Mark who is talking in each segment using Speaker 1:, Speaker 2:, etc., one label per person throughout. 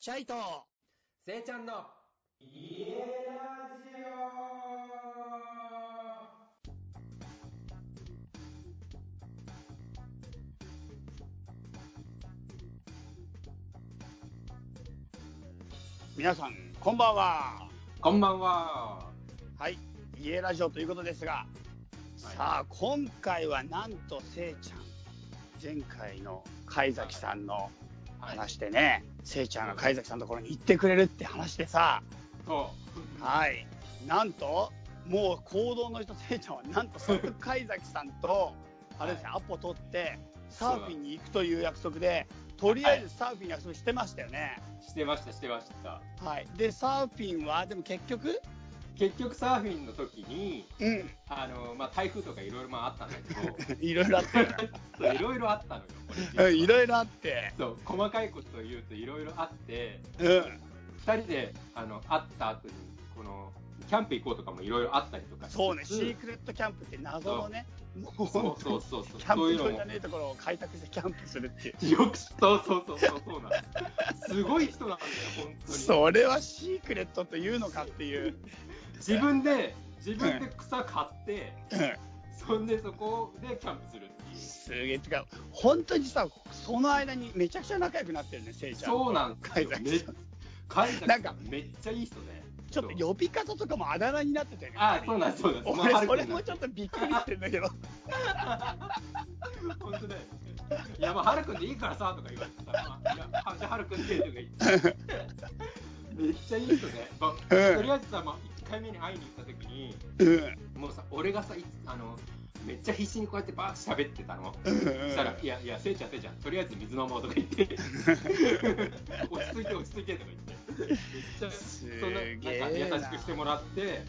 Speaker 1: シャイト
Speaker 2: せいちゃんの家ラジオ
Speaker 1: 皆さん、こんばんは。
Speaker 2: こんばんは
Speaker 1: はい、家ラジオということですが、さあ、今回はなんとせいちゃん、前回の貝崎さんの
Speaker 2: はい
Speaker 1: 話でね、せいちゃんが貝崎さんのところに行ってくれるって話でさ、
Speaker 2: そ
Speaker 1: はい、なんと、もう行動の人、せいちゃんはなんと即貝崎さんと、あれですね、アポ取って、サーフィンに行くという約束で、とりあえずサーフィンの約束してましたよね。
Speaker 2: うしてましたしてました
Speaker 1: はい、で、サーフィンは、でも結局、
Speaker 2: 結局サーフィンの時に
Speaker 1: うん、
Speaker 2: あのまあ台風とかいろいろまああったんだけど
Speaker 1: いろいろあったよね。
Speaker 2: そういろいろあったのよこれ実は
Speaker 1: うんいろいろあって、
Speaker 2: そう細かいことを言うといろいろあって
Speaker 1: うん、
Speaker 2: 2人であの会った後にこのキャンプ行こうとかもいろいろあったりとかしつつ
Speaker 1: そうね、シークレットキャンプって謎のね、もう
Speaker 2: そ
Speaker 1: 本
Speaker 2: う
Speaker 1: 当
Speaker 2: そ
Speaker 1: に
Speaker 2: うそうそう
Speaker 1: キャン
Speaker 2: そうい
Speaker 1: プ場
Speaker 2: うの
Speaker 1: じ
Speaker 2: も
Speaker 1: ゃねえところを開拓してキャンプするっていう。
Speaker 2: よくそうそうそうそうそうなんですすごい人なんだよ本当に
Speaker 1: それはシークレットというのかっていう。
Speaker 2: 自分で自分で草買って、
Speaker 1: うん
Speaker 2: そんでそこでキャンプするっていう
Speaker 1: すげえってか、本当にさ、その間にめちゃくちゃ仲良くなってるね、せいちゃん。
Speaker 2: そうなんですよ
Speaker 1: 海
Speaker 2: め
Speaker 1: 外
Speaker 2: っ
Speaker 1: さん
Speaker 2: 海外
Speaker 1: なんか
Speaker 2: めっちゃいい人ね
Speaker 1: ちょっと呼び方とかもあだ名になってたよね。
Speaker 2: あそうなんですそうなんですまあ
Speaker 1: 俺、それ
Speaker 2: は
Speaker 1: も
Speaker 2: るく
Speaker 1: ちょっとびっくりしてんだけど、
Speaker 2: んなん本当だよねいやまあはるくんでいいからさとか言われてたらまあいやあじゃあはるくんでとか言ってめっちゃいい人ね、まあとりあえずさ、まあ、1回目に会いに行った時に
Speaker 1: うん、
Speaker 2: もうさ俺がさいつあのめっちゃ必死にこうやってバーッて喋ってたの、
Speaker 1: うん
Speaker 2: そしたら、いやいや、せいちゃん、せいちゃん、とりあえず水飲もうとか言って、 落ち着いて、落ち着いてとか言って、めっちゃ、
Speaker 1: す
Speaker 2: そ
Speaker 1: げ
Speaker 2: んななん
Speaker 1: えな
Speaker 2: か優しくしてもらって、
Speaker 1: う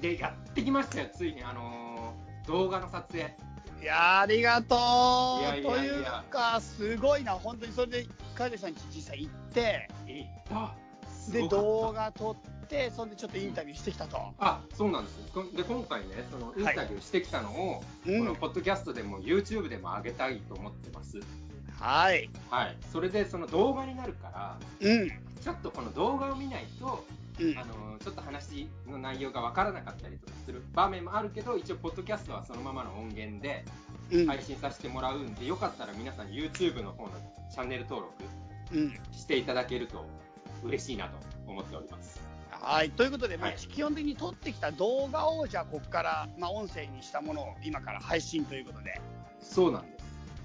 Speaker 2: で、やってきましたよ、ついに、あのー動画の撮影。
Speaker 1: ん、いやありがとう
Speaker 2: いやいやいや
Speaker 1: というか、すごいな、本当にそれで、カジさんち実際行って、
Speaker 2: えっと、す
Speaker 1: で、
Speaker 2: ごかった
Speaker 1: 動画撮って、そんでちょっとインタビューしてきたと。
Speaker 2: あそうなんですこんで今回ね、そのインタビューしてきたのを、
Speaker 1: うん
Speaker 2: このポッドキャストでも YouTube でも上げたいと思ってます。
Speaker 1: はい。
Speaker 2: はい、それでその動画になるから、
Speaker 1: うん。
Speaker 2: ちょっとこの動画を見ないと、
Speaker 1: うん
Speaker 2: あ。のちょっと話の内容が分からなかったりとかする場面もあるけど一応ポッドキャストはそのままの音源で
Speaker 1: うん。
Speaker 2: 配信させてもらうんで、よかったら皆さん YouTube の方のチャンネル登録
Speaker 1: うん。
Speaker 2: していただけると嬉しいなと思っております
Speaker 1: はい。ということで、まあ
Speaker 2: はい
Speaker 1: 基本的に撮ってきた動画を、じゃあ、ここから、まあ、音声にしたものを今から配信ということで。
Speaker 2: そうなんです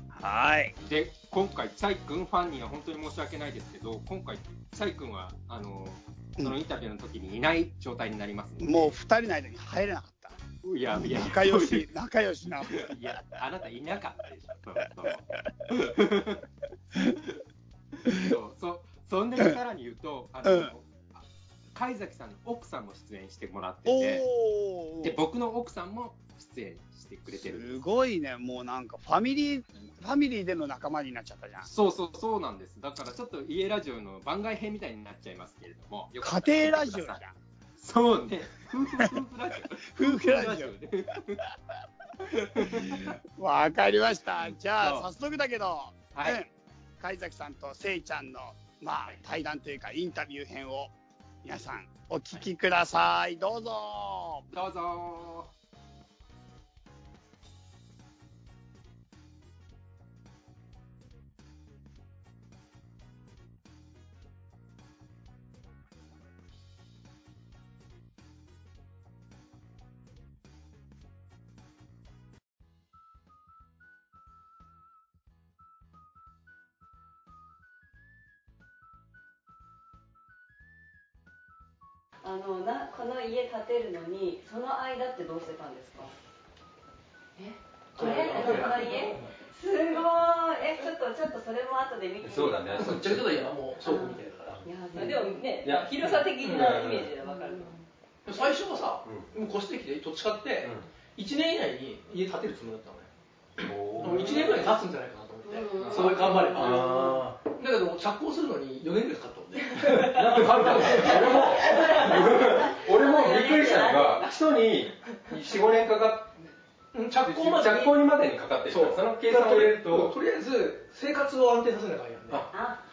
Speaker 1: はい。
Speaker 2: で今回チャイ君ファンには本当に申し訳ないですけど今回チャイ君はあのそのインタビューの時にいない状態になりますので、
Speaker 1: もう二人の間に入れなかった。
Speaker 2: いやいや
Speaker 1: 仲良し、仲良し な。
Speaker 2: いや、あなたいなかったでしょ、そも そもそう、そそんでさらに言うと、あの、
Speaker 1: うん
Speaker 2: 貝崎さんの奥さんも出演してもらってて、
Speaker 1: お
Speaker 2: で、
Speaker 1: ー。
Speaker 2: 僕の奥さんも出演してくれてる。
Speaker 1: すごいね、もうなんかファミリー、ファミリーでの仲間になっちゃったじゃん。
Speaker 2: そうそうそうなんです。だからちょっと家ラジオの番外編みたいになっちゃいますけれども、よかったら
Speaker 1: 家庭ラジオじゃん。
Speaker 2: そうね、夫婦夫婦ラジオ。
Speaker 1: 夫婦ラジオ
Speaker 2: 夫婦ね。
Speaker 1: わかりました。じゃあ、
Speaker 2: そ
Speaker 1: 早速だけど、
Speaker 2: はい
Speaker 1: うん貝崎さんとせいちゃんの、まあ、対談というか、インタビュー編を、皆さん、お聞きください。どうぞ。
Speaker 2: どうぞ
Speaker 3: あのなこの家建てるのにその間ってどうしてたんですかえこれこの家すごいえちょっとちょっとそれも後で見てみよ
Speaker 4: そうだね、そっちのこと今もう倉庫みたいだか
Speaker 3: い
Speaker 4: ら。
Speaker 3: や
Speaker 5: まあ
Speaker 3: で
Speaker 5: で
Speaker 3: も
Speaker 5: もね
Speaker 4: いや、
Speaker 5: 広さ的なイメージでわかる。
Speaker 4: 最初はさ、もう越してきて、土地買って、1年以内に家建てるつもりだったのね。もう1年ぐらい経つんじゃないかなと思って、
Speaker 5: うん
Speaker 4: すごい頑張れば。
Speaker 6: あ
Speaker 4: だけど、着工するのに4年ぐらいかかったも んね。
Speaker 6: あ、なんかか俺も、俺もびっくりしたのが、基礎に4、5年かかっ
Speaker 4: うん
Speaker 6: て、
Speaker 4: 着工までに。
Speaker 6: 着工にまでにかかってるからその計算を入れる
Speaker 4: だから
Speaker 6: と、
Speaker 4: とりあえず、生活を安定させなきゃいけないよね。
Speaker 6: あ
Speaker 3: あ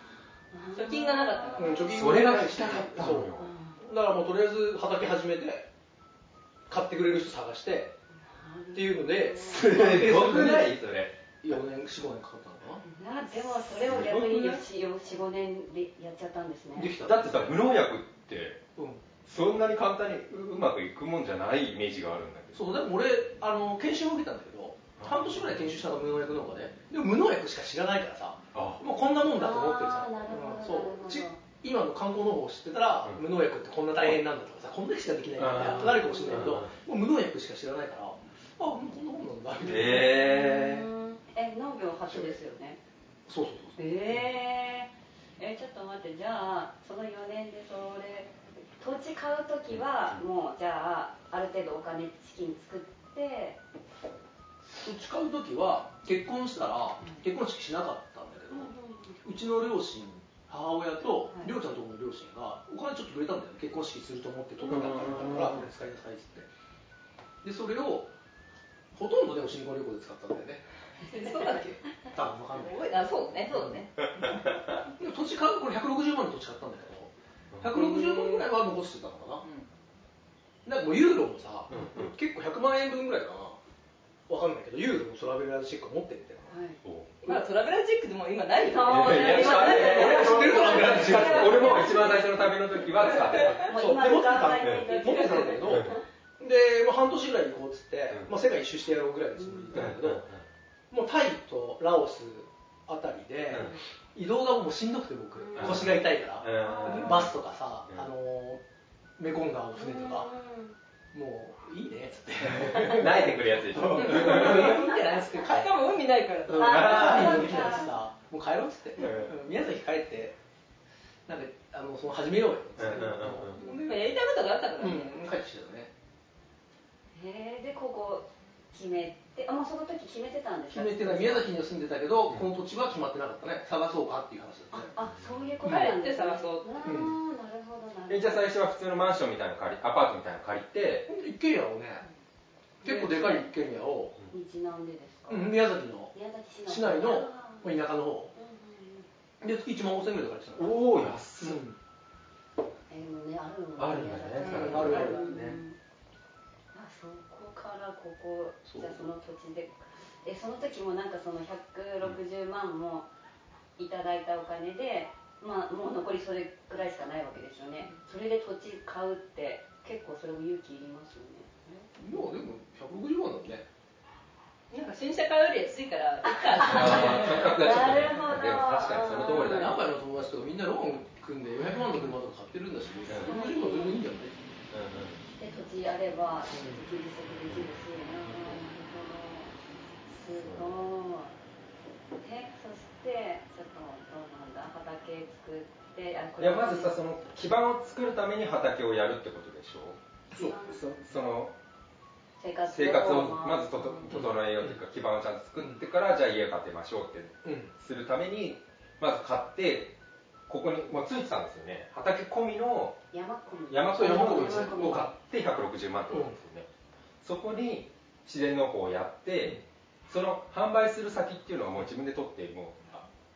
Speaker 5: そ
Speaker 3: 貯金がなかったから、
Speaker 4: うん、貯金
Speaker 2: それが聞きたかったのよ
Speaker 4: そうだからもうとりあえず畑始めて買ってくれる人探してっていうので
Speaker 2: 僕ないそれ
Speaker 4: 4年45年かかったのか
Speaker 3: なでもそれを逆に45年でやっちゃったんです
Speaker 4: なでき
Speaker 3: ね
Speaker 4: た
Speaker 2: だってさ無農薬って
Speaker 4: うん
Speaker 2: そんなに簡単にううまくいくもんじゃないイメージがあるんだけど
Speaker 4: そうでも俺あの研修を受けたんだけど半年ぐらい研修したの無農薬農家ででも無農薬しか知らないからさ
Speaker 2: あ
Speaker 4: もうこんなもんだと思ってるじゃ
Speaker 3: あー
Speaker 4: ん
Speaker 3: なるほど
Speaker 4: うん
Speaker 3: なるほ
Speaker 4: そう
Speaker 3: ど
Speaker 4: ち今の観光農法を知ってたら、
Speaker 2: うん
Speaker 4: 無農薬ってこんな大変なんだとかさこんなしかできないんだ
Speaker 2: あー
Speaker 4: ってなるかもしれないけどもう無農薬しか知らないからあもうこんなもんなんだみたいな、
Speaker 2: へえ
Speaker 3: え農業初ですよね
Speaker 4: そうそうそうそう
Speaker 3: えー、えちょっと待ってじゃあその4年でそれ土地買う時はもうじゃあある程度お金資金作って
Speaker 4: うち買う時は結婚したら結婚式しなかったんだけど、うちの両親母親と
Speaker 3: はい
Speaker 4: りょうちゃんとこの両親がお金ちょっとくれたんだよね結婚式すると思って取ったからからこれ使いなさいっつってでそれをほとんどでも新婚旅行で使ったんだよね
Speaker 3: そうだっけ
Speaker 4: 多分わかんない
Speaker 3: 覚えあそうねそうね
Speaker 4: でも土地買うこれ160万の土地買ったんだけど160万ぐらいは残してたのかななんかもうユーロもさ、
Speaker 2: うんうん
Speaker 4: 結構100万円分ぐらいかなわかんないけどユーロのトラベラーシェック持ってって
Speaker 3: はい
Speaker 2: そう
Speaker 5: まあトラベラーチェックでも今ないよ
Speaker 3: そう
Speaker 2: いやいや
Speaker 3: 今なんか
Speaker 2: いやいや
Speaker 4: 俺は
Speaker 2: 違う俺も一
Speaker 4: 知ってると思うよ
Speaker 2: 番最初の旅の時は使ってた
Speaker 3: もう
Speaker 4: そう
Speaker 3: 今
Speaker 4: で持って
Speaker 3: 使
Speaker 4: た
Speaker 3: わ
Speaker 4: ん
Speaker 3: ない
Speaker 4: だ
Speaker 3: とい
Speaker 4: 持っ
Speaker 3: け
Speaker 4: てた
Speaker 3: ない
Speaker 4: んだけどで、まあ、半年ぐらい行こうっつっ
Speaker 2: う
Speaker 4: て、
Speaker 2: ん
Speaker 4: まあ、世界一周してやろうぐらいのつもりだったんだけど、もうタイとラオスあたりで、移動がもうしんどくて僕、
Speaker 2: ん
Speaker 4: 腰が痛いか
Speaker 2: う
Speaker 4: ら、
Speaker 2: ん
Speaker 4: バスとかさ、
Speaker 2: うん
Speaker 4: あのーメコン川の船とか、もういいねっつって「
Speaker 2: 泣いてくるやつでしょ
Speaker 4: いいんじゃない?」っつって帰
Speaker 5: しかも海ないから
Speaker 4: うん、サーフィンできたしさ、もう帰ろうっつって、
Speaker 2: う
Speaker 4: 宮崎帰って、なんか、あのその始めようよっつって、
Speaker 2: うんうん
Speaker 4: うん
Speaker 5: 今やりたいことがあったからね、
Speaker 4: 帰ってきたよね。
Speaker 3: へえでここ決めてあもうその時決めてたんですか
Speaker 4: 決めてない、宮崎には住んでたけど、この土地は決まってなかったね、探そうかっていう話だったね。
Speaker 3: あそういうことなんです
Speaker 5: 帰って探そう
Speaker 3: あーなるほどな
Speaker 2: え
Speaker 3: る
Speaker 2: じゃあ最初は普通のマンションみたいなの借りアパートみたいなの借りて
Speaker 4: ほんと一軒家をね、結構でかい一軒家
Speaker 3: ほ
Speaker 4: を、
Speaker 3: ど道なんでですか、
Speaker 4: うん宮崎の
Speaker 3: 宮崎
Speaker 4: 市
Speaker 3: 市の
Speaker 4: 内の
Speaker 3: あー
Speaker 4: 田舎の方
Speaker 3: うんうんうん
Speaker 4: で、月1万5000円ぐらいで借りてたの。
Speaker 2: おお安
Speaker 4: うん
Speaker 3: えー、もうねある
Speaker 2: あ
Speaker 3: も
Speaker 2: る
Speaker 3: ん
Speaker 2: んだね
Speaker 4: あるある
Speaker 3: うん
Speaker 2: ね
Speaker 3: あそこからここ
Speaker 4: そう
Speaker 3: じゃあその土地でえその時もなんかその160万もいただいたお金で、まあもう残りそれぐらいしかないわけですよねそれで土地買うって結構それも勇気いりますよね
Speaker 4: いや、でも160万だもんね。
Speaker 5: なんか新車買うより安いからいいか
Speaker 2: ああ 感覚がちょっとね
Speaker 3: なるほど
Speaker 2: でも確かにその通りだな
Speaker 4: 名古屋の友達とかみんなローン組んで400万の車とか買ってるんだし、160万全然いいんじゃない
Speaker 3: で土地あれば自給自足できるしなるほどすごいえそしてちょっとどうなんだ畑作ってあ
Speaker 2: いやまずさその基盤を作るために畑をやるってことでしょ
Speaker 4: そう
Speaker 2: そその
Speaker 3: 生活
Speaker 2: 生活をまずとと整えようというか基盤をちゃんと作ってからじゃあ家を建てましょうって
Speaker 4: うん、
Speaker 2: するためにまず買ってここにもうついてたんですよね畑込みの
Speaker 3: 山込み
Speaker 2: 山小屋の
Speaker 4: 山小
Speaker 2: を買って160万ってことなんですよね、そこに自然農法をやってその販売する先っていうのはもう自分で取っても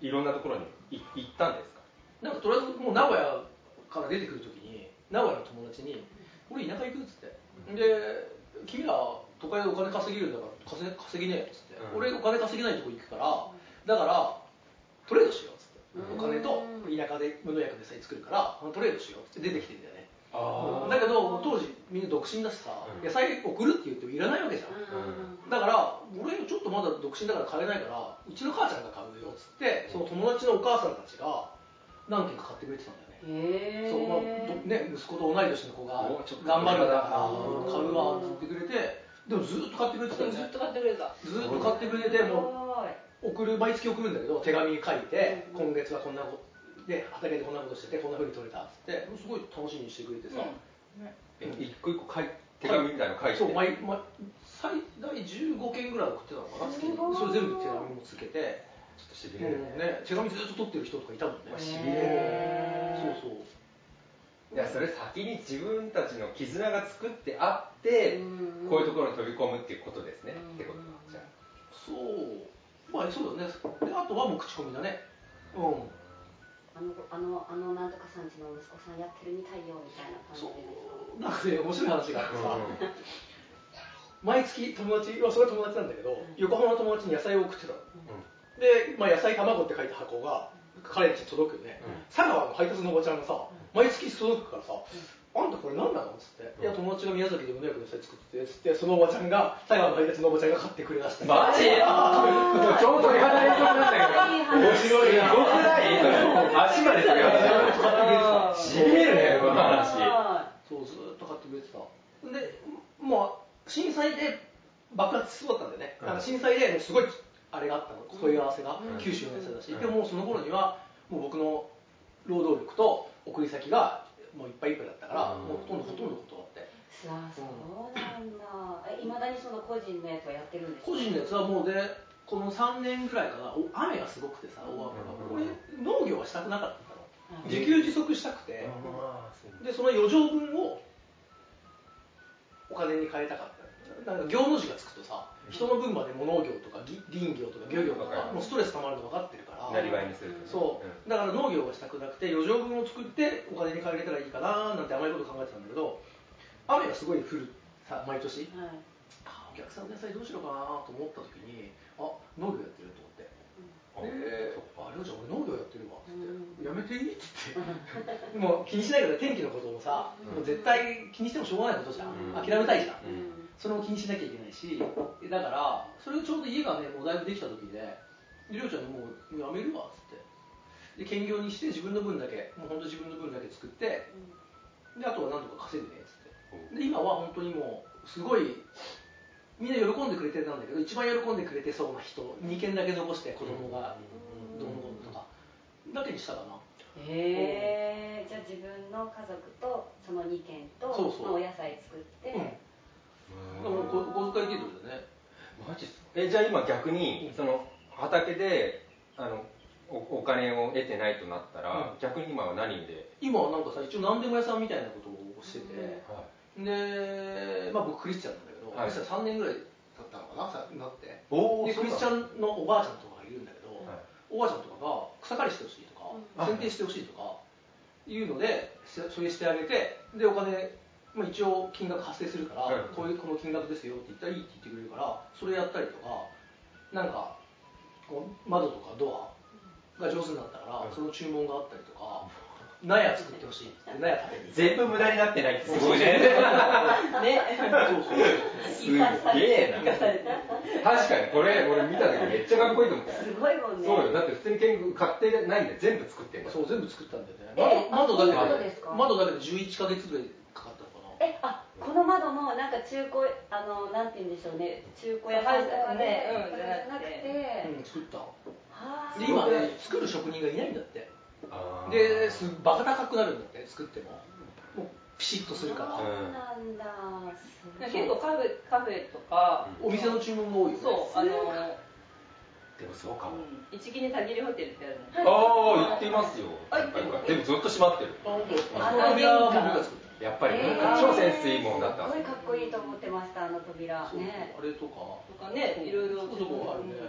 Speaker 2: ういろんなところにい行ったんですか
Speaker 4: なんかとりあえずもう名古屋から出てくるときに名古屋の友達に「俺田舎行く?」っつって「で君ら都会でお金稼げるんだから稼げ稼ぎねえよ」っつって、
Speaker 2: うん
Speaker 4: 俺お金稼げないとこ行くからだからトレードしよう」っつって「お金と田舎で無農薬でさえ作るからトレードしよう」っつって出てきてんだよね
Speaker 2: あ
Speaker 4: だけど当時みんな独身だしさ、
Speaker 2: うん
Speaker 4: 野菜送るって言ってもいらないわけじゃん、だから俺ちょっとまだ独身だから買えないからうちの母ちゃんが買うよっつってその友達のお母さんたちが何軒か買ってくれてたんだよね、
Speaker 3: へえ
Speaker 4: そうまあどね、息子と同い年の子が
Speaker 2: おちょっと
Speaker 4: 頑張るんだから
Speaker 2: う
Speaker 4: 買うわって言ってくれてでもずっと買ってくれてた
Speaker 5: ら
Speaker 4: ん
Speaker 5: ず
Speaker 4: だよ
Speaker 5: っ
Speaker 4: ね
Speaker 5: と買ってくれた
Speaker 4: ずっと買ってくれてもう送る毎月送るんだけど手紙書いて今月はこんなことで畑でこんなことしててこんなふうに取れたっつってすごい楽しみにしてくれてさ、
Speaker 2: え一個一個書い手紙みたいなの書いて
Speaker 4: そう毎毎最大15件ぐらい送ってたのかな月にそれ全部手紙もつけて
Speaker 2: ちょっとしび
Speaker 4: も
Speaker 2: れ
Speaker 4: う
Speaker 2: る
Speaker 4: ね手紙ずっと取ってる人とかいたもんね
Speaker 2: しびれる
Speaker 4: そうそう
Speaker 2: いやそれ先に自分たちの絆が作ってあってこういうところに飛び込むっていうことですねってことだじゃあ
Speaker 4: そうまあそうだねであとはもう口コミだねうん
Speaker 3: あのあのあのなんとかさんちの息子さんやってるみたいよみたいな感じ
Speaker 4: そ
Speaker 3: でですか
Speaker 4: うなんかね面白い話があってさ、毎月友達まあそれは友達なんだけど、横浜の友達に野菜を送ってたので、まあ、野菜卵って書いた箱が彼んちに届くよね、
Speaker 2: うん
Speaker 4: 佐川の配達のおばちゃんがさ毎月届くからさ、あんたこれ何なのっつって、
Speaker 2: うん
Speaker 4: いや友達が宮崎で胸焼けの野菜作っててっつってそのおばちゃんが佐川の配達のおばちゃんが買ってくれだした
Speaker 2: マジ ちょうどリハの映像なんだけど面白いな僕らいい足まで取り
Speaker 4: 買って
Speaker 2: 外
Speaker 4: くれてた
Speaker 2: しびれるねこの話
Speaker 4: そうずーっと買ってくれてたでまあ震災で爆発しそうだったんだよね、
Speaker 2: うん
Speaker 4: なんか震災でもうすごいあれがあったの問い合わせが
Speaker 2: うん
Speaker 4: 九州のやつだし、
Speaker 2: うん
Speaker 4: でもうその頃にはもう僕の労働力と送り先がもういっぱいいっぱいだったから、
Speaker 2: うん
Speaker 4: もうほとんどほとんど断って
Speaker 3: うわそうなんだいまだにその個人のやつはやってるんですか
Speaker 4: 個人のやつはもうでこの3年ぐらいかなお雨がすごくてさ大雨が
Speaker 2: うん
Speaker 4: 俺農業はしたくなかったの
Speaker 3: あ
Speaker 4: 自給自足したくて、でその余剰分をお金に変えたかったなんか業の字がつくとさ人の分までも農業とかぎ林業とか漁業と
Speaker 2: わか
Speaker 4: か
Speaker 2: る
Speaker 4: もうストレス溜まるの分かってるから
Speaker 2: なりわいにするとね
Speaker 4: そうだから農業がしたくなくて余剰分を作ってお金に変えれたらいいかななんて甘いこと考えてたんだけど雨がすごい降るさ毎年
Speaker 3: はい
Speaker 4: あお客さんの野菜どうしようかなと思った時にあ農業やってると思って
Speaker 2: うん
Speaker 4: で
Speaker 2: そっか
Speaker 4: あ、りょうちゃん、俺農業やってるわっつって、
Speaker 3: う
Speaker 4: やめていいっつって、もう気にしないから天気のこともさ、
Speaker 2: うん
Speaker 4: もう絶対気にしてもしょうがないことじゃん、
Speaker 2: うん
Speaker 4: 諦めたいじゃん、
Speaker 2: うん
Speaker 4: それも気にしなきゃいけないし、だから、それをちょうど家がね、もうだいぶできた時で、でりょうちゃんにもうやめるわっつって、で兼業にして、自分の分だけ、もう本当自分の分だけ作って、であとはなんとか稼ぐねっつって。で今は本当にもうすごいみんな喜んでくれてたんだけど一番喜んでくれてそうな人2件だけ残して子供がどうのこうのとかだけにしたかな
Speaker 3: へえじゃあ自分の家族とその2軒と
Speaker 4: そうそう
Speaker 3: まあお野菜作って、
Speaker 4: うんでもこ小遣い程度だね
Speaker 2: マジっすかえじゃあ今逆に
Speaker 4: うん
Speaker 2: その畑であのおお金を得てないとなったら、
Speaker 4: うん
Speaker 2: 逆に今は何で、
Speaker 4: 今はなんかさ一応何でも屋さんみたいなことをしてて、
Speaker 2: は
Speaker 4: で、まあ、僕クリスチャンなんだけど、
Speaker 2: はい
Speaker 4: クリスチャン3年ぐらい経ったのかなさなって
Speaker 2: お
Speaker 4: でクリスチャンのおばあちゃんとかがいるんだけど、
Speaker 2: はい
Speaker 4: おばあちゃんとかが草刈りしてほしいとか、
Speaker 2: うん
Speaker 4: 剪定してほしいとかいうのでせそれしてあげてでお金、まあ、一応金額発生するから、
Speaker 2: はい
Speaker 4: こういうこの金額ですよって言ったらいいって言ってくれるからそれやったりとかなんかこう窓とかドアが上手になったから、
Speaker 2: うん
Speaker 4: その注文があったりとか納屋作ってほしいって言って納屋食べに
Speaker 2: 全部無駄になってないってすごいね
Speaker 5: ね
Speaker 4: そうそう
Speaker 2: すげえな確かにこれ俺見た時めっちゃかっこいいと思った
Speaker 3: すごいもんね
Speaker 2: そうよだって普通に剣具買ってないんで全部作ってんだ
Speaker 4: そう全部作ったんだよね
Speaker 3: え
Speaker 4: 窓だけ
Speaker 3: あそう
Speaker 4: で
Speaker 3: ですか
Speaker 4: 窓だけで11か月ぐらいかかったのかな
Speaker 3: えあこの窓もなんか中古あのなんて言うんでしょうね中古屋
Speaker 5: 高いとこねうんじゃなく
Speaker 3: なくて、
Speaker 4: う
Speaker 5: て
Speaker 4: ん作った
Speaker 3: はあ
Speaker 4: で今ね作る職人がいないんだって
Speaker 2: あー
Speaker 4: ですバカ高くなるんだって作ってももうピシッとするから、
Speaker 3: そうなんだすごい
Speaker 5: 結構カフェカフェとか、
Speaker 4: お店の注文が多いよね
Speaker 5: そうあの、
Speaker 2: でもそうかも
Speaker 5: うん、一気にたぎりホテルってあるの
Speaker 2: ああ言っていますよ
Speaker 5: はい
Speaker 2: でもずっと閉まってる
Speaker 4: あ本当
Speaker 3: あ
Speaker 4: あ
Speaker 3: の
Speaker 4: の扉は僕が作った
Speaker 2: やっぱり
Speaker 3: えー
Speaker 2: 超潜水もんだった
Speaker 3: すごいかっこいいと思ってましたあの扉
Speaker 4: そうそう
Speaker 3: ね
Speaker 4: あれとか
Speaker 5: とかねいろいろ
Speaker 4: そうそうあるね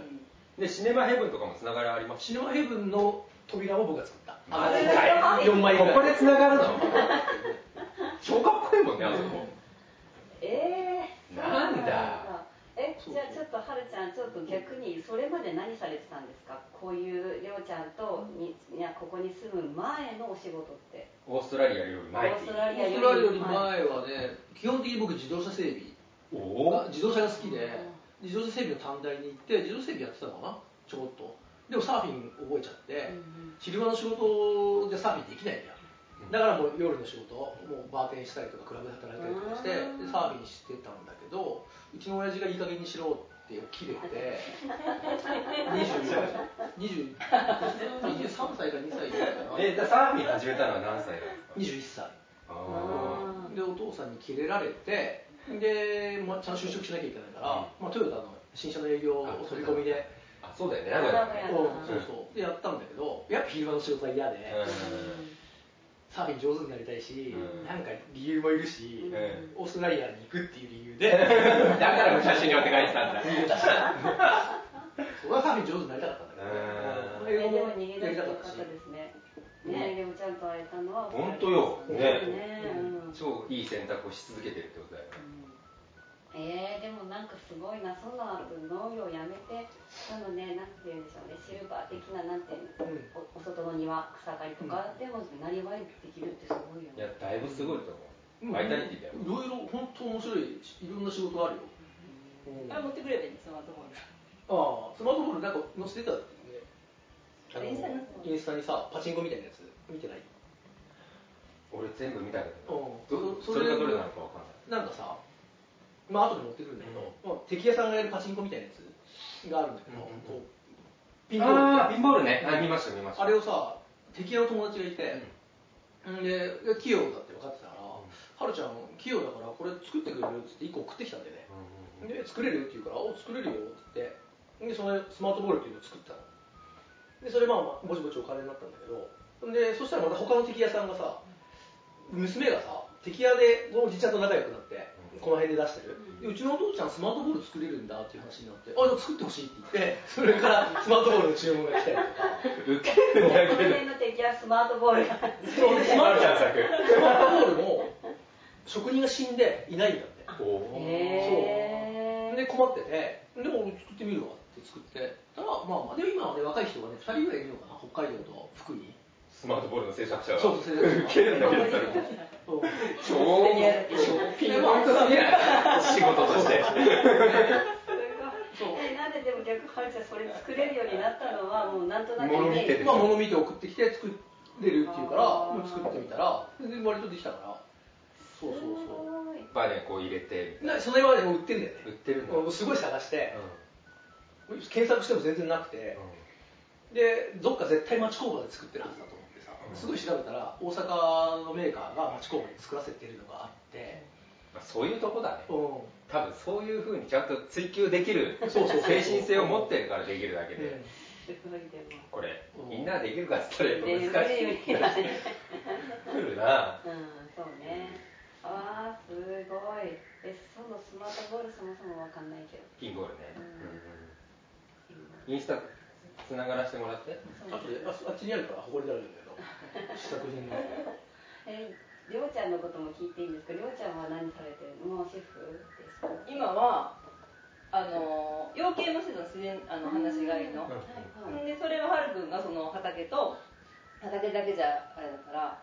Speaker 2: でシネマヘブンとかもつながりあります
Speaker 4: シネマヘブンの扉も僕が作った
Speaker 2: マジかよ
Speaker 4: 4枚ぐ
Speaker 2: こ
Speaker 4: ら
Speaker 2: こで
Speaker 4: い
Speaker 2: つながるの超かっこいいもんねあそこ
Speaker 3: えー、
Speaker 2: なんだ
Speaker 3: え
Speaker 4: そう
Speaker 3: じ
Speaker 4: そう
Speaker 3: ゃあちょっとはるちゃんちょっと逆にそれまで何されてたんですかこういうりょうちゃんとにいやここに住む前のお仕事って
Speaker 2: オーストラリアより
Speaker 3: オ
Speaker 2: 前
Speaker 3: ーストラ
Speaker 4: オ
Speaker 3: リア
Speaker 4: ーストラリアより前はね基本的に僕自動車整備
Speaker 2: お
Speaker 4: が
Speaker 2: お
Speaker 4: 自動車が好きで自動車整備の短大に行って自動車整備やってたのかなちょこっとでもサーフィン覚えちゃって、昼間の仕事じゃサーフィンできないじゃんだからもう夜の仕事もうバーテンしたりとかクラブで働いたりとかして
Speaker 3: うん
Speaker 4: でサーフィンしてたんだけどうちの親父がいい加減にしろって切れて20 20 23歳か2歳ぐらいかな
Speaker 2: えだサーフィン始めたのは何歳だ
Speaker 4: 21歳
Speaker 2: あー
Speaker 3: あー
Speaker 4: でお父さんにキレられてで、まあ、ちゃんと就職しなきゃいけないから、まあ、トヨタの新車の営業を飛び込みで
Speaker 2: あそうだよね名古屋だ
Speaker 3: 名
Speaker 4: うん
Speaker 3: 古屋
Speaker 2: ね
Speaker 4: そうそうでやったんだけどやっぱ昼間の仕事は嫌で、サーフィン上手になりたいし、
Speaker 2: うん
Speaker 4: なんか理由もいるし、
Speaker 2: うんうん
Speaker 4: オーストラリアに行くっていう理由で
Speaker 2: だから武者修行 って書いてたんだ
Speaker 4: 俺はサーフィン上手になりたかったんだけど、
Speaker 2: うん
Speaker 4: 英
Speaker 3: え
Speaker 4: 語
Speaker 3: でも
Speaker 4: も
Speaker 3: 逃げ
Speaker 4: や
Speaker 3: 出
Speaker 4: り
Speaker 3: したて
Speaker 4: か
Speaker 3: よ
Speaker 4: っ
Speaker 3: か
Speaker 4: た
Speaker 3: っ
Speaker 4: した
Speaker 3: ですねね、でもちゃんと会えたのは
Speaker 2: 本当よ
Speaker 3: ね
Speaker 2: ね
Speaker 3: うん
Speaker 2: 超いい選択をし続けてるってことだよね
Speaker 3: えー、でもなんかすごいなその後農業やめてそのねなんて言うんでしょうねシルバー的ななんていうの
Speaker 4: うん
Speaker 3: おお外の庭草刈りとかでもなりわいできるってすごいよ
Speaker 2: いや
Speaker 3: ね
Speaker 2: だいぶすごいと思う、バイタリティだよ
Speaker 4: いろいろ本当面白いしいろんな仕事あるよ、
Speaker 5: あれ持ってくればいいんですスマートフォン
Speaker 4: ああスマートフォンなんか載せてたんであの
Speaker 5: インスタに載せて
Speaker 4: インスタにさパチンコみたいなやつ見てない
Speaker 2: 俺全部見たけど
Speaker 4: うん
Speaker 2: どそれがどれなのかわかんない
Speaker 4: なんかさまあ後で持ってくるんだけど、まあ、敵屋さんがやるパチンコみたいなやつがあるんだけど、
Speaker 2: うんうんうん
Speaker 4: こう
Speaker 2: ピ
Speaker 4: ピ
Speaker 2: ン
Speaker 4: ン
Speaker 2: ボ
Speaker 4: ボ
Speaker 2: ール
Speaker 4: ール
Speaker 2: ピンボールねあ見ました見ました
Speaker 4: あれをさ敵屋の友達がいて、ん、で器用だって分かってたから、はるちゃん器用だからこれ作ってくれるっつって1個送ってきたんだよね、
Speaker 2: うんうん
Speaker 4: で作れるよって言うから「お作れるよ」って言ってでそのスマートボールっていうのを作ったのでそれまあまあぼちぼちお金になったんだけどでそしたらまた他の敵屋さんがさ娘がさ敵屋でおじちゃんと仲良くなって
Speaker 2: うん
Speaker 4: この辺で出してるでうちのお父ちゃんスマートボール作れるんだっていう話になってあじゃあ作ってほしいって言ってそれからスマートボールの注文が来たりとか
Speaker 2: ウケるんだ
Speaker 3: この
Speaker 2: けど
Speaker 3: 辺の敵はスマートボールが
Speaker 4: そうでス
Speaker 2: マ
Speaker 4: マー
Speaker 2: ル
Speaker 4: ト
Speaker 2: ちゃん作
Speaker 4: スマートボールも職人が死んでいないんだっ
Speaker 2: お
Speaker 4: て
Speaker 2: おー
Speaker 4: そう
Speaker 3: へ
Speaker 4: で
Speaker 3: え
Speaker 4: 困っててでも俺作ってみるわって作ってたらまあまあでも今はね若い人がね2人ぐらいいるのかな北海道と福井に
Speaker 2: スマートボールの制作者は
Speaker 4: そうそう
Speaker 2: ウケるんだけどそれ
Speaker 4: そう
Speaker 2: 超ピンポイントすぎない仕事として
Speaker 3: すごいえなんででも逆はるちゃんそれ作れるようになったのはもうなんとなく
Speaker 2: 物見てる
Speaker 4: まあ物見て送ってきて作れるっていうか
Speaker 3: あ
Speaker 4: ら
Speaker 3: ー
Speaker 4: 作ってみたらで割とできたからそうそうそ
Speaker 3: すごい
Speaker 2: バネこう入れて
Speaker 4: うなその今までもう売ってんだよね
Speaker 2: 売ってるんだ
Speaker 4: もうすごい探して
Speaker 2: う
Speaker 4: 検索しても全然なくて
Speaker 2: ん
Speaker 4: でどっか絶対町工場で作ってるはずだと思ってさ
Speaker 2: うん
Speaker 4: すごい調べたら大阪のメーカーが町工場で作らせてるのがあって
Speaker 2: まあそういうとこだね
Speaker 4: うん
Speaker 2: 多分そういうふうにちゃんと追求できる
Speaker 4: そうそう
Speaker 2: 精神性を持ってるからできるだけで
Speaker 4: う
Speaker 3: すごいでも
Speaker 2: これ
Speaker 4: うん
Speaker 2: みんなできるかっつったらやっぱ
Speaker 3: ね
Speaker 2: 難しい
Speaker 3: 難しいね
Speaker 2: くるな
Speaker 3: うんそうねあーすごいえそのスマートボールそもそもわかんないけど
Speaker 2: ピンボールね
Speaker 3: う
Speaker 2: うん
Speaker 3: ん
Speaker 2: インスタつながらせてもらって
Speaker 4: んあとでああっちにあるから埃だらけだけど試作品が
Speaker 3: えりょうちゃんのことも聞いていいんですかりょうちゃんは何されてるのもうシェフですか
Speaker 5: 今はあの養鶏もしてたの自然あの放し飼いの、
Speaker 3: はいはい
Speaker 5: でそれははるくんがその畑と畑だけじゃあれだから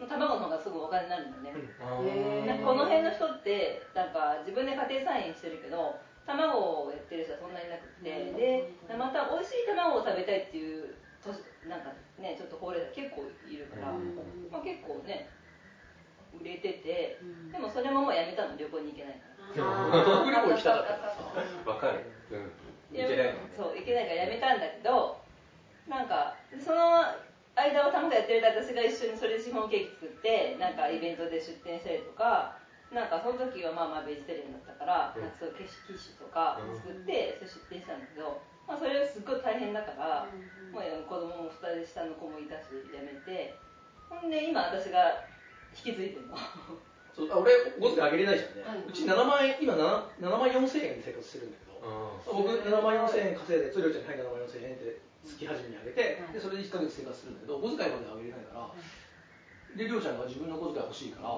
Speaker 5: もう卵の方がすぐお金になるんだよね、
Speaker 3: へー
Speaker 5: なんかこの辺の人ってなんか自分で家庭菜園してるけど卵をやってる人はそんなになくて、
Speaker 3: うん
Speaker 5: でまた美味しい卵を食べたいっていう年なんかねちょっと高齢者結構いるから、
Speaker 2: うん
Speaker 5: まあ、結構ね売れてて、
Speaker 3: うん
Speaker 5: でもそれももうやめたの旅行に行けないから。
Speaker 3: あー
Speaker 4: 北陸行きたかったからさ
Speaker 3: そっそっか
Speaker 2: わかるうんい
Speaker 5: や
Speaker 2: け
Speaker 5: め
Speaker 2: ない
Speaker 5: そういけないからやめたんだけどなんかその間を卵やってる間私が一緒にそれでシフォンケーキ作ってなんかイベントで出店したりとかなんかその時はまあまあベジタリアンだったから、
Speaker 2: うん
Speaker 5: なんかそういうキッシュキッシュとか
Speaker 2: うん
Speaker 5: 作って、それ出店したんだけど、まあ、それはすっごい大変だから、
Speaker 3: うん
Speaker 5: もう子供も2人下の子もいたしやめてほんで今私が引き継いでるの
Speaker 4: そうあ俺5歳あげれないじゃ
Speaker 3: は
Speaker 4: んね、
Speaker 3: いう
Speaker 4: ち7万円今 7, 7万4千円で生活してるんだけど、
Speaker 2: うん
Speaker 4: 僕7万4千円稼いでそれりょうちゃんに「はい7万4千円」って月初めにあげて、
Speaker 3: はい
Speaker 4: でそれで1か月生活するんだけど小遣いまであげれないから、でりょうちゃんが自分の小遣い欲しいから、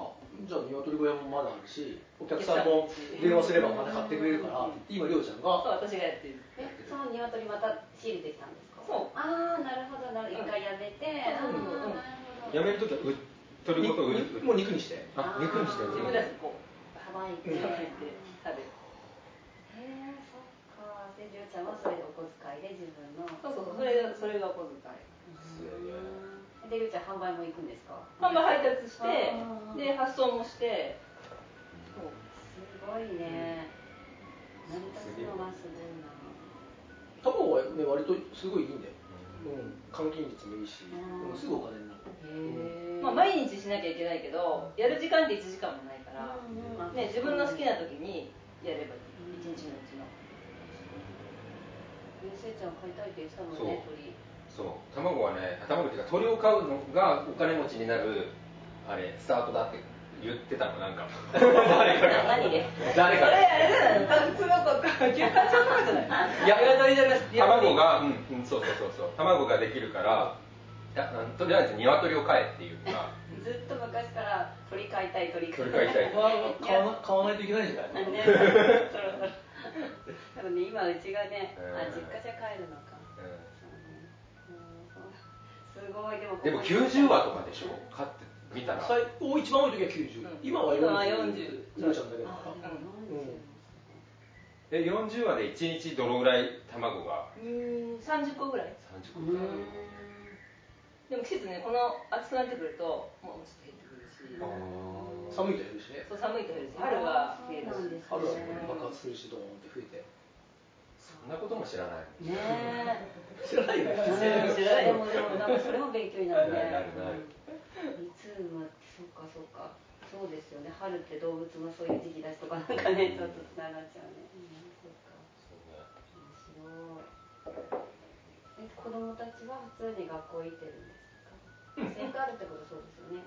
Speaker 4: じゃあ鶏小屋もまだあるしお客さんも電話すればまた買ってくれるからって言って今りょうちゃん
Speaker 5: そ
Speaker 4: が
Speaker 5: う私がやってる
Speaker 3: えその鶏また仕入れてきたんですか
Speaker 5: そう
Speaker 3: ああなるほどなる一回やめてあ
Speaker 5: そうそうそううん
Speaker 3: ー
Speaker 2: や
Speaker 3: なる
Speaker 2: める
Speaker 3: ほど
Speaker 2: ときは売っとることを売る
Speaker 4: にもう肉にして
Speaker 2: あ肉にして
Speaker 3: うん
Speaker 2: る
Speaker 5: 自分たちでこう
Speaker 3: さばいて
Speaker 4: うん
Speaker 3: へ
Speaker 5: や
Speaker 3: え
Speaker 5: って食べる
Speaker 3: そっかでりょうちゃんはそれでお小遣いで自分の
Speaker 5: そうそうそうそれがそれがお小遣い
Speaker 3: うんでりょうちゃん販売も行くんですか
Speaker 5: 販売配達して
Speaker 3: あー
Speaker 5: で発送もしてそう
Speaker 3: すごいね成り立つのがすごいな
Speaker 4: 卵はね割とすごいいいんだよ、
Speaker 2: う
Speaker 4: うん、換金率もいいし、
Speaker 3: うん
Speaker 4: すぐお金になる
Speaker 3: へえ
Speaker 5: まあ、毎日しなきゃいけないけどやる時間って1時間もないから、ね、自分の好きな時にやればいい1日のうちの
Speaker 3: ねせいちゃん買いたいって言ってたもん
Speaker 2: そう
Speaker 3: ね鳥
Speaker 2: そう卵はね卵っていうか鳥を飼うのがお金持ちになるあれスタートだって言ってたのなん か誰かが
Speaker 3: 何で
Speaker 2: 誰
Speaker 5: そ
Speaker 2: か
Speaker 5: れ
Speaker 2: が
Speaker 5: あれじゃないの多分その子牛カツ卵じゃない
Speaker 2: いや
Speaker 5: 鶏じゃなくて
Speaker 2: 卵がうん、うん、そうそうそうそう卵ができるからやあのとりあえず鶏を飼えっていうか
Speaker 3: ずっと昔から鳥飼いたい鳥飼い
Speaker 2: 鳥飼い たい
Speaker 4: ここは買わな買わないといけないんじゃな い
Speaker 3: ね、そろそろ多分ね今うちがね、あ実家じゃ帰るのか、
Speaker 2: う
Speaker 3: そうねうんすごいでもこ
Speaker 2: ん
Speaker 3: こ
Speaker 2: でも90話とかでしょ飼ってみたら
Speaker 4: 最高一番多い時は90、
Speaker 5: うん
Speaker 4: 今は40
Speaker 5: 今は40
Speaker 4: 今ちゃんだけど
Speaker 3: あでも
Speaker 4: うん
Speaker 2: え40話で1日どのぐらい卵が
Speaker 5: うーん30個ぐらい
Speaker 2: 30個
Speaker 3: 40
Speaker 2: ぐらい
Speaker 5: でも季節ねこの暑くなってくるともうちょっと減ってくるし
Speaker 2: あー
Speaker 4: 寒いと減るしね
Speaker 5: そう寒いと減るし春は増えるし
Speaker 3: そうなんです
Speaker 4: 春は
Speaker 3: ね
Speaker 4: 爆発するしドーンって増え
Speaker 2: そんなことも知らない
Speaker 3: ねえ
Speaker 4: て知らないよね
Speaker 3: うん知らないでもでもなんかそれも勉強になるね
Speaker 2: なるなるなる
Speaker 3: いつもそっかそっかそうですよね春って動物のそういう時期だしとかなんかねちょっとつながっちゃうね、うん、そっか
Speaker 2: そうね
Speaker 3: 面白いえ子供たちは普通に学校行ってるんですか 成果あるってことそうですよね、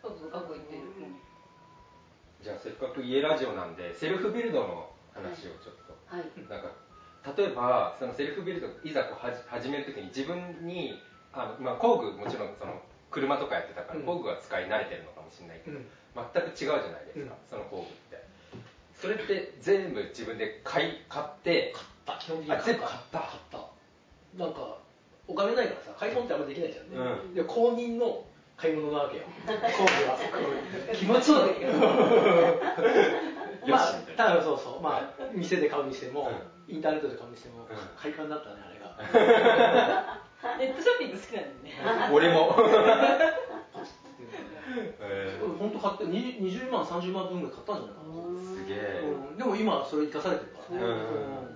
Speaker 5: そうそう学校行ってる、
Speaker 3: うん
Speaker 2: じゃあせっかく家ラジオなんでセルフビルドの話をちょっと、
Speaker 3: はい
Speaker 2: なんか例えばそのセルフビルドいざこうはじ始めるときに自分にあの、まあ、工具もちろんその車とかやってたから
Speaker 4: うん
Speaker 2: 工具は使い慣れてるのかもしれないけど、
Speaker 4: うん
Speaker 2: 全く違うじゃないですか、その工具ってそれって全部自分で買い買って
Speaker 4: 買った基本的に
Speaker 2: あ全部買った
Speaker 4: 買ったなんかお金ないからさ買い物ってあんまできないじゃんね、
Speaker 2: う
Speaker 4: で公認の買い物なわけよ工具は気持ちいいねまあただそうそうまあ店で買うにしても、インターネットで買うにしても、
Speaker 2: うん
Speaker 4: 快感だったねあれが
Speaker 5: ネットショッピング好きなんでね
Speaker 2: 俺も、え
Speaker 4: 本当買って20 20万30万分ぐらい買ったんじゃないか
Speaker 2: ーすげえ、
Speaker 4: な、うんでも今それ生かされてるからね、
Speaker 2: うん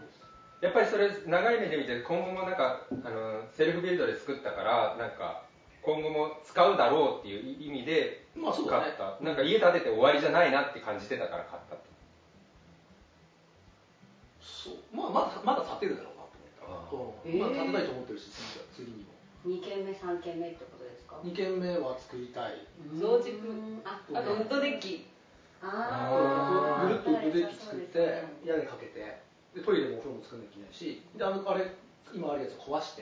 Speaker 2: やっぱりそれ長い目で見て今後もなんかあのセルフビルドで作ったからなんか今後も使うだろうっていう意味で
Speaker 4: まあ
Speaker 2: 買
Speaker 4: そ
Speaker 2: っ
Speaker 4: う
Speaker 2: た、
Speaker 4: だね
Speaker 2: なんか家建てて終わりじゃないなって感じてたから買ったって
Speaker 4: そうまあまだまだ立てるだろうなと思った、うんまだ立てたいと思ってるし
Speaker 3: 2
Speaker 4: 次は次にも
Speaker 3: 軒目3軒目ってことですか
Speaker 4: 2軒目は作りたい
Speaker 5: 増築
Speaker 3: あ
Speaker 5: あとウッドデッキ
Speaker 3: あー
Speaker 4: ぐるっとウッドデッキ作って屋根かけてでトイレもお風呂も作んなきゃいけないしであのあれ今あるやつを壊して、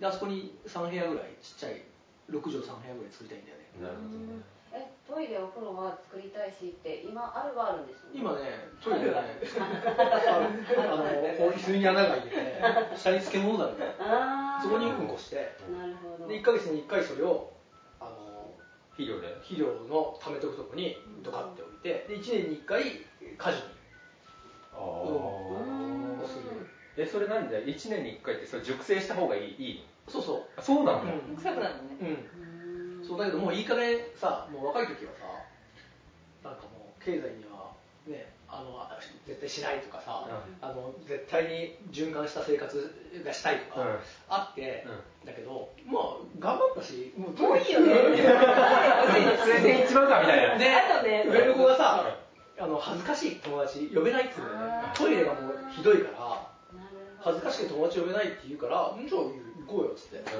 Speaker 4: であそこに3部屋ぐらいちっちゃい6畳3部屋ぐらい作りたいんだよね
Speaker 2: なる
Speaker 3: えトイレお風呂は作りたいしって今あるはあるんですよね
Speaker 4: 今ねトイレねあのこう椅子に穴が開いて て下に漬物だるね
Speaker 3: あー
Speaker 4: そこにうんこして
Speaker 3: なるほど
Speaker 4: で1ヶ月に1回それをあの
Speaker 2: 肥料で
Speaker 4: 肥料の貯めとくとこにドカって置いてで1年に1回家事
Speaker 2: あ
Speaker 3: うん
Speaker 4: をする
Speaker 2: えそれなんで1年に1回ってそれ熟成した方がいいいいの
Speaker 4: そうそう
Speaker 2: あそうなの、
Speaker 4: う
Speaker 5: 臭くなるのね
Speaker 4: ん、うん、
Speaker 3: うん
Speaker 4: そうだけどもういい加減さもう若い時はさなんかもう経済にはねあのあ絶対しないとかさ、あの絶対に循環した生活がしたいとか、
Speaker 2: うん
Speaker 4: あって、だけどまあ頑張ったしもう
Speaker 5: 遠いよね
Speaker 2: それで一番かみたいな
Speaker 4: で
Speaker 5: あとね
Speaker 4: 上の子がさあの恥ずかしい友達呼べないっつうんだよね
Speaker 3: あー
Speaker 4: トイレがもうひどいか
Speaker 3: な
Speaker 4: ら
Speaker 3: るほど
Speaker 4: 恥ずかしくて友達呼べないって言うからうんじゃあ行こうよっつって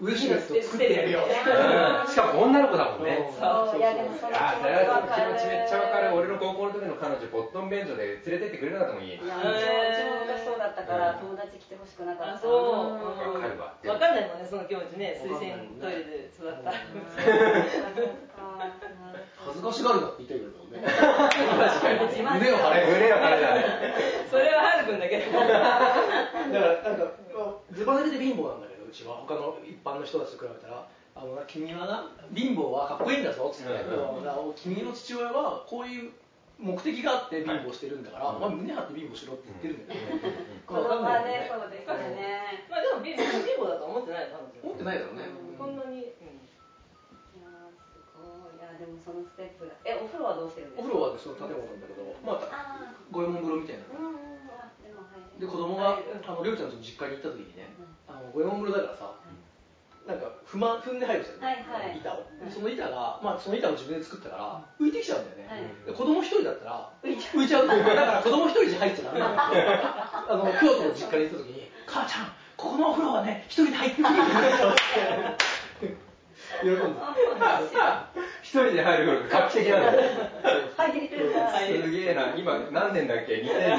Speaker 2: う
Speaker 4: 嬉しいやつを作ってやるよっつって
Speaker 2: んしかも女の子だもんね、
Speaker 3: そういやでもその気持ち
Speaker 2: ああ、それは
Speaker 3: わ
Speaker 2: 気
Speaker 3: かる
Speaker 2: 持ちめっちゃわかる。俺の高校の時の彼女、ボットン便所で連れてってくれなかったもん、家に
Speaker 3: い。やうちもうちも昔そうだったから友達来てほしくなかった
Speaker 5: あそう
Speaker 2: わかるわ
Speaker 5: 分かんないもんねその気持ちね水
Speaker 4: わかんない
Speaker 5: 洗
Speaker 4: もんね
Speaker 5: トイレで座った
Speaker 3: あ
Speaker 5: ら
Speaker 3: ーそっか
Speaker 4: 恥ずかしがるなって言いたいけどね
Speaker 3: 自慢
Speaker 4: 胸を張れ
Speaker 2: 胸が張れだね。
Speaker 5: それはハルくんだけ ど
Speaker 4: だからなんかずば抜けて貧乏なんだけどうちは他の一般の人たちと比べたらあの君はな貧乏はかっこいいんだぞっつって、
Speaker 2: うん
Speaker 4: だから君の父親はこういう目的があって貧乏してるんだから、お前胸張って貧乏しろって言ってるんだよね、
Speaker 3: 子
Speaker 4: まあわかん
Speaker 3: 供
Speaker 4: な
Speaker 3: はい
Speaker 4: けど
Speaker 3: ねそうですよね
Speaker 5: まあでも貧乏貧乏だと思ってないの彼
Speaker 4: 思ってないだろうね、
Speaker 5: 女こんなに
Speaker 3: いやーすごいいやでもそのステップがえお風呂はどうしてるんで
Speaker 4: お
Speaker 3: すか
Speaker 4: 風呂はねその建物なんだけどまあ
Speaker 3: ああ
Speaker 4: 五右衛門風呂みたいな
Speaker 3: うんうんうんあでもはい
Speaker 4: で子供
Speaker 5: は
Speaker 4: が
Speaker 5: い
Speaker 4: あのりょうちゃんと実家に行った時にねあの五右衛門風呂だからさなんか踏,、ま、踏んで入るじゃん、
Speaker 3: はいはい
Speaker 4: 板を、
Speaker 3: うん
Speaker 4: その板が、まあ、その板を自分で作ったから浮いてきちゃうんだよね、
Speaker 3: はい
Speaker 4: で子供一人だったら浮いちゃうだから子供一人で入っちゃダメなんだよあの京都の実家に行った時に「母ちゃんここのお風呂はね一人で入っていいよ」って 言われたんだよ
Speaker 2: 一人で入るより画期的なんだよ。
Speaker 3: 入れるんだ
Speaker 2: すげえな。今、何年だっけ ?2019 年。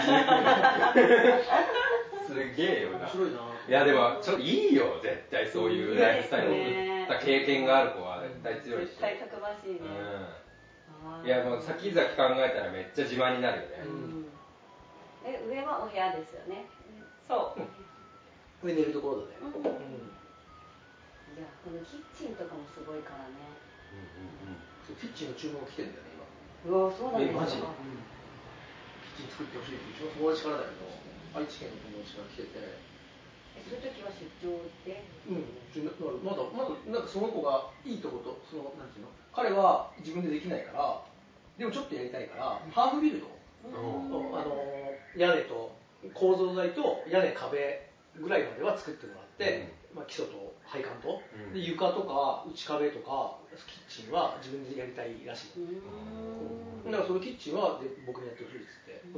Speaker 2: すげえよな。
Speaker 4: 面白いない
Speaker 2: や、でも、ちょっといいよ、絶対、そういうライフスタイル。
Speaker 3: ねね
Speaker 2: た経験がある子は絶対強いし
Speaker 3: 絶、対たくましいね、あ
Speaker 2: うん、
Speaker 3: ー
Speaker 2: いやもう先々考えたらめっちゃ自慢になるよね、
Speaker 3: うんえ上はお部屋ですよね
Speaker 5: そう
Speaker 4: 上寝るところだね
Speaker 3: うんいやこのキッチンとかもすごいからね
Speaker 4: そうキッチンの注文が来てんだよね
Speaker 3: うわそうなん
Speaker 2: え
Speaker 3: で
Speaker 2: マジ
Speaker 3: すか
Speaker 4: 今、キッチン作ってほしいってうちの友達からだけど愛知県の友達から来てて
Speaker 3: えそういう時は出張で
Speaker 4: うん、まだまだなんかその子がいいとことそのなんていうの彼は自分でできないからでもちょっとやりたいからハーフビルド、
Speaker 2: うん
Speaker 4: そうあの屋根と構造材と屋根壁ぐらいまでは作ってもらって、まあ、基礎と配管と、
Speaker 2: うん
Speaker 4: で床とか内壁とかキッチンは自分でやりたいらしい、
Speaker 3: うーん
Speaker 4: だからそのキッチンはで僕にやってほしいっつって、う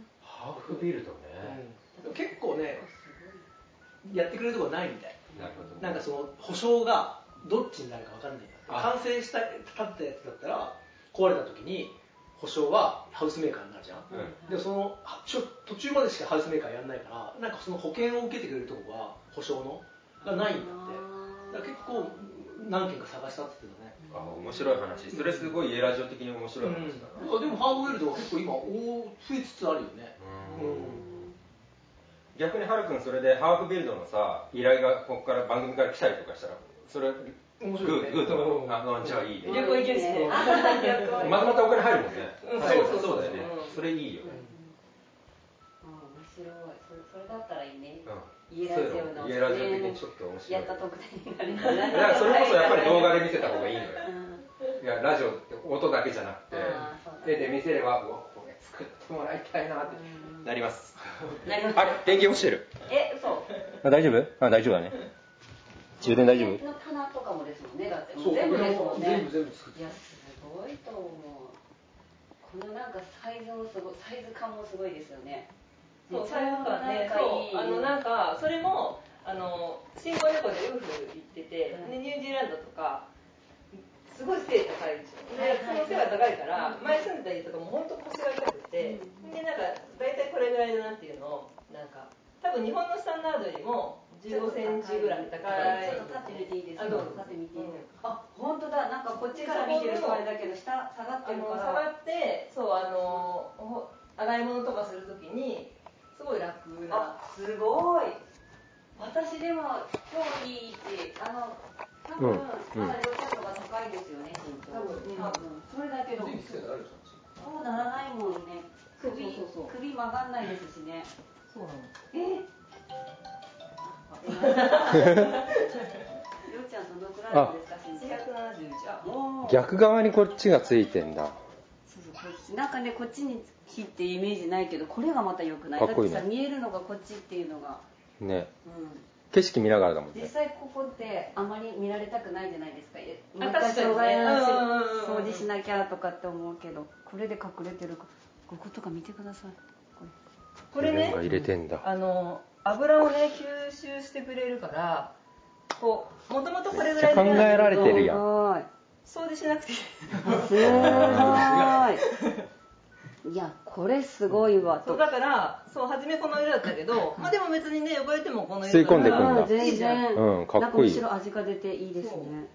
Speaker 4: ん
Speaker 2: ハーフビルドね、
Speaker 4: うん結構ねやってくれるとこないみたい
Speaker 2: なるほど
Speaker 4: なんかその保証がどっちになるか分かんないんだって
Speaker 2: あ
Speaker 4: 完成した立ったやつだったら壊れた時に保証はハウスメーカーになるじゃん、
Speaker 2: うん
Speaker 4: でもそのはちょ途中までしかハウスメーカーやんないからなんかその保険を受けてくれるとこが保証のがないんだってだから結構何件か探したって言ってたね
Speaker 2: あ面白い話それすごいエラジオ的に面白い話だな、
Speaker 4: うん、なんかでもハードウェルドは結構今お増えつつあるよね
Speaker 2: うん逆にハルくんそれでハーフビルドのさ依頼がここから番組から来たりとかしたらそれ
Speaker 4: 面白いよね
Speaker 2: グーグーと
Speaker 4: うん
Speaker 2: かあのじゃあいいね
Speaker 5: 旅行行けるしね
Speaker 2: まとまったお金入るもんね、
Speaker 4: うん
Speaker 2: 入る
Speaker 4: そう
Speaker 2: そ
Speaker 4: そうそう
Speaker 2: うだよね
Speaker 4: うん
Speaker 2: それいいよね、
Speaker 3: あ面白いそれそれだったらいいね、
Speaker 2: うん
Speaker 3: 家ラジオの
Speaker 2: そういうの家ラジオ的にちょっと面白
Speaker 3: や
Speaker 2: い
Speaker 3: った特典になる
Speaker 2: だからそれこそやっぱり動画で見せた方がいいのよ
Speaker 3: う
Speaker 2: い
Speaker 3: ん
Speaker 2: やラジオって音だけじゃなくて
Speaker 3: あーそうだね
Speaker 2: 手で見せればうわこれ作ってもらいたいなってなります
Speaker 3: なり ます
Speaker 2: あれ電源落ちてる
Speaker 3: え嘘
Speaker 2: あ大丈夫あ大丈夫だね充電大丈夫
Speaker 3: の棚とかもですもんねだっても
Speaker 4: そうう
Speaker 3: 全部ですもんね
Speaker 4: 全部全部作っ
Speaker 3: いやすごいと思うこのなんかサイズもすごいサイズ感もすごいですよね
Speaker 5: そう、最後はね、
Speaker 3: なんかいい
Speaker 5: そう、あの、なんか、それも、あの、新婚旅行でウーフ行ってて、
Speaker 3: うん
Speaker 5: で、ニュージーランドとか。すごいステージ高いでしょ。
Speaker 3: はい
Speaker 5: で、
Speaker 3: はい
Speaker 5: その背が高いから、前住んでた家とかも、本当腰が痛くて、で、なんか、大体これぐらいのなんていうのを、なんか。多分日本のスタンダードよりも、15センチぐらい高
Speaker 3: ち
Speaker 5: い。
Speaker 3: ょっと立ってみていいですか
Speaker 5: あどうぞ
Speaker 3: 立ってみていいです
Speaker 5: うん
Speaker 3: かあ本当だなんかこっちから見てるとあれだけど下下がっ
Speaker 5: あ
Speaker 3: てる
Speaker 5: の
Speaker 3: か
Speaker 5: 下が
Speaker 3: ら
Speaker 5: ってそうあのほ洗い物とかするときにすごい楽な
Speaker 3: あすごい私でも超いい位置あの多分、まだ両脚が高いですよね身長
Speaker 5: 多分うん
Speaker 3: 多分それだけど
Speaker 4: てきてたらあるじゃん
Speaker 3: そうならないもんね首
Speaker 5: そうそうそう
Speaker 3: 首曲がんないですしね
Speaker 5: そうなの
Speaker 3: え りょうちゃんどのくらいなんですか身長
Speaker 5: 171あ
Speaker 3: おー
Speaker 7: 逆側にこっちがついてんだ
Speaker 3: そうそうこっちなんかねこっちに火ってイメージないけどこれがまた良くない
Speaker 7: かっこいいね
Speaker 3: だってさ見えるのがこっちっていうのが、
Speaker 7: ね
Speaker 3: う
Speaker 7: 景色見ながらだもん
Speaker 3: ん、実
Speaker 7: ね
Speaker 3: 際ここってあまり見られたくないじゃないですかえ
Speaker 5: あ
Speaker 3: ま
Speaker 5: 確か
Speaker 3: た
Speaker 5: にね
Speaker 3: 障害の
Speaker 5: うんうんうんうん
Speaker 3: 掃除しなきゃとかって思うけどこれで隠れてるかこことか見てくださいこれ
Speaker 5: これ
Speaker 7: 自
Speaker 5: ね
Speaker 7: 分が入れてんだ
Speaker 5: あの油をね吸収してくれるからこうもともとこれぐらい
Speaker 7: めっちゃ考えられてる
Speaker 3: す
Speaker 7: やん
Speaker 3: ごい
Speaker 5: 掃除しなくていい
Speaker 3: すごーい。いや、これすごいわ。
Speaker 5: そう
Speaker 3: と
Speaker 5: だからそう初めこの色だったけど、まあ、でも別にね汚れてもこの色
Speaker 7: 吸い込んでくんだ
Speaker 3: うん全然。
Speaker 7: うんかっこいい
Speaker 3: なんかむしろ味が出ていいですね。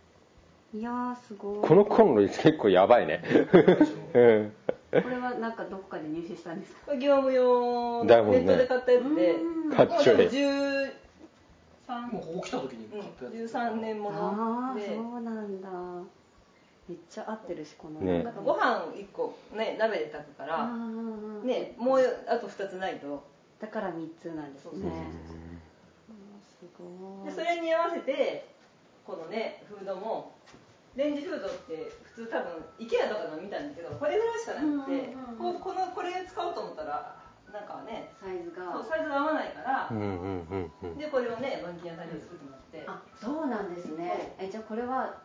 Speaker 3: いやー、すごい。
Speaker 7: このコンロ結構やばいねうん
Speaker 3: これはなんかどこかで入手したんですか
Speaker 5: これ業務用のネ
Speaker 7: だもんね
Speaker 5: ットで買ったやつで、
Speaker 3: うん
Speaker 7: かっちょいい
Speaker 5: 13
Speaker 4: もうここ来た時に買ったやつ、
Speaker 5: 13年も
Speaker 3: あ
Speaker 5: の
Speaker 3: あ、
Speaker 5: で
Speaker 3: そうなんだ。めっちゃ合ってるし、この。
Speaker 7: ね
Speaker 5: なんかご飯1個、ね、鍋で炊くか
Speaker 3: あ
Speaker 5: ら、
Speaker 3: ー
Speaker 5: ね、もうあと2つないと
Speaker 3: だから3つなんですね。すごい。
Speaker 5: でそれに合わせてこのねフードもレンジフードって普通多分 IKEA とかの見たんだけどこれぐらいしかなくて、
Speaker 3: うんうんうん
Speaker 5: こうこのこれ使おうと思ったらなんかね
Speaker 3: サイズが。
Speaker 5: そうサイズが合わないから
Speaker 7: う、んうんうんうん
Speaker 5: でこれをね板金屋さんに作ってもらって、
Speaker 3: あ、そうなんですね。え、じゃあこれは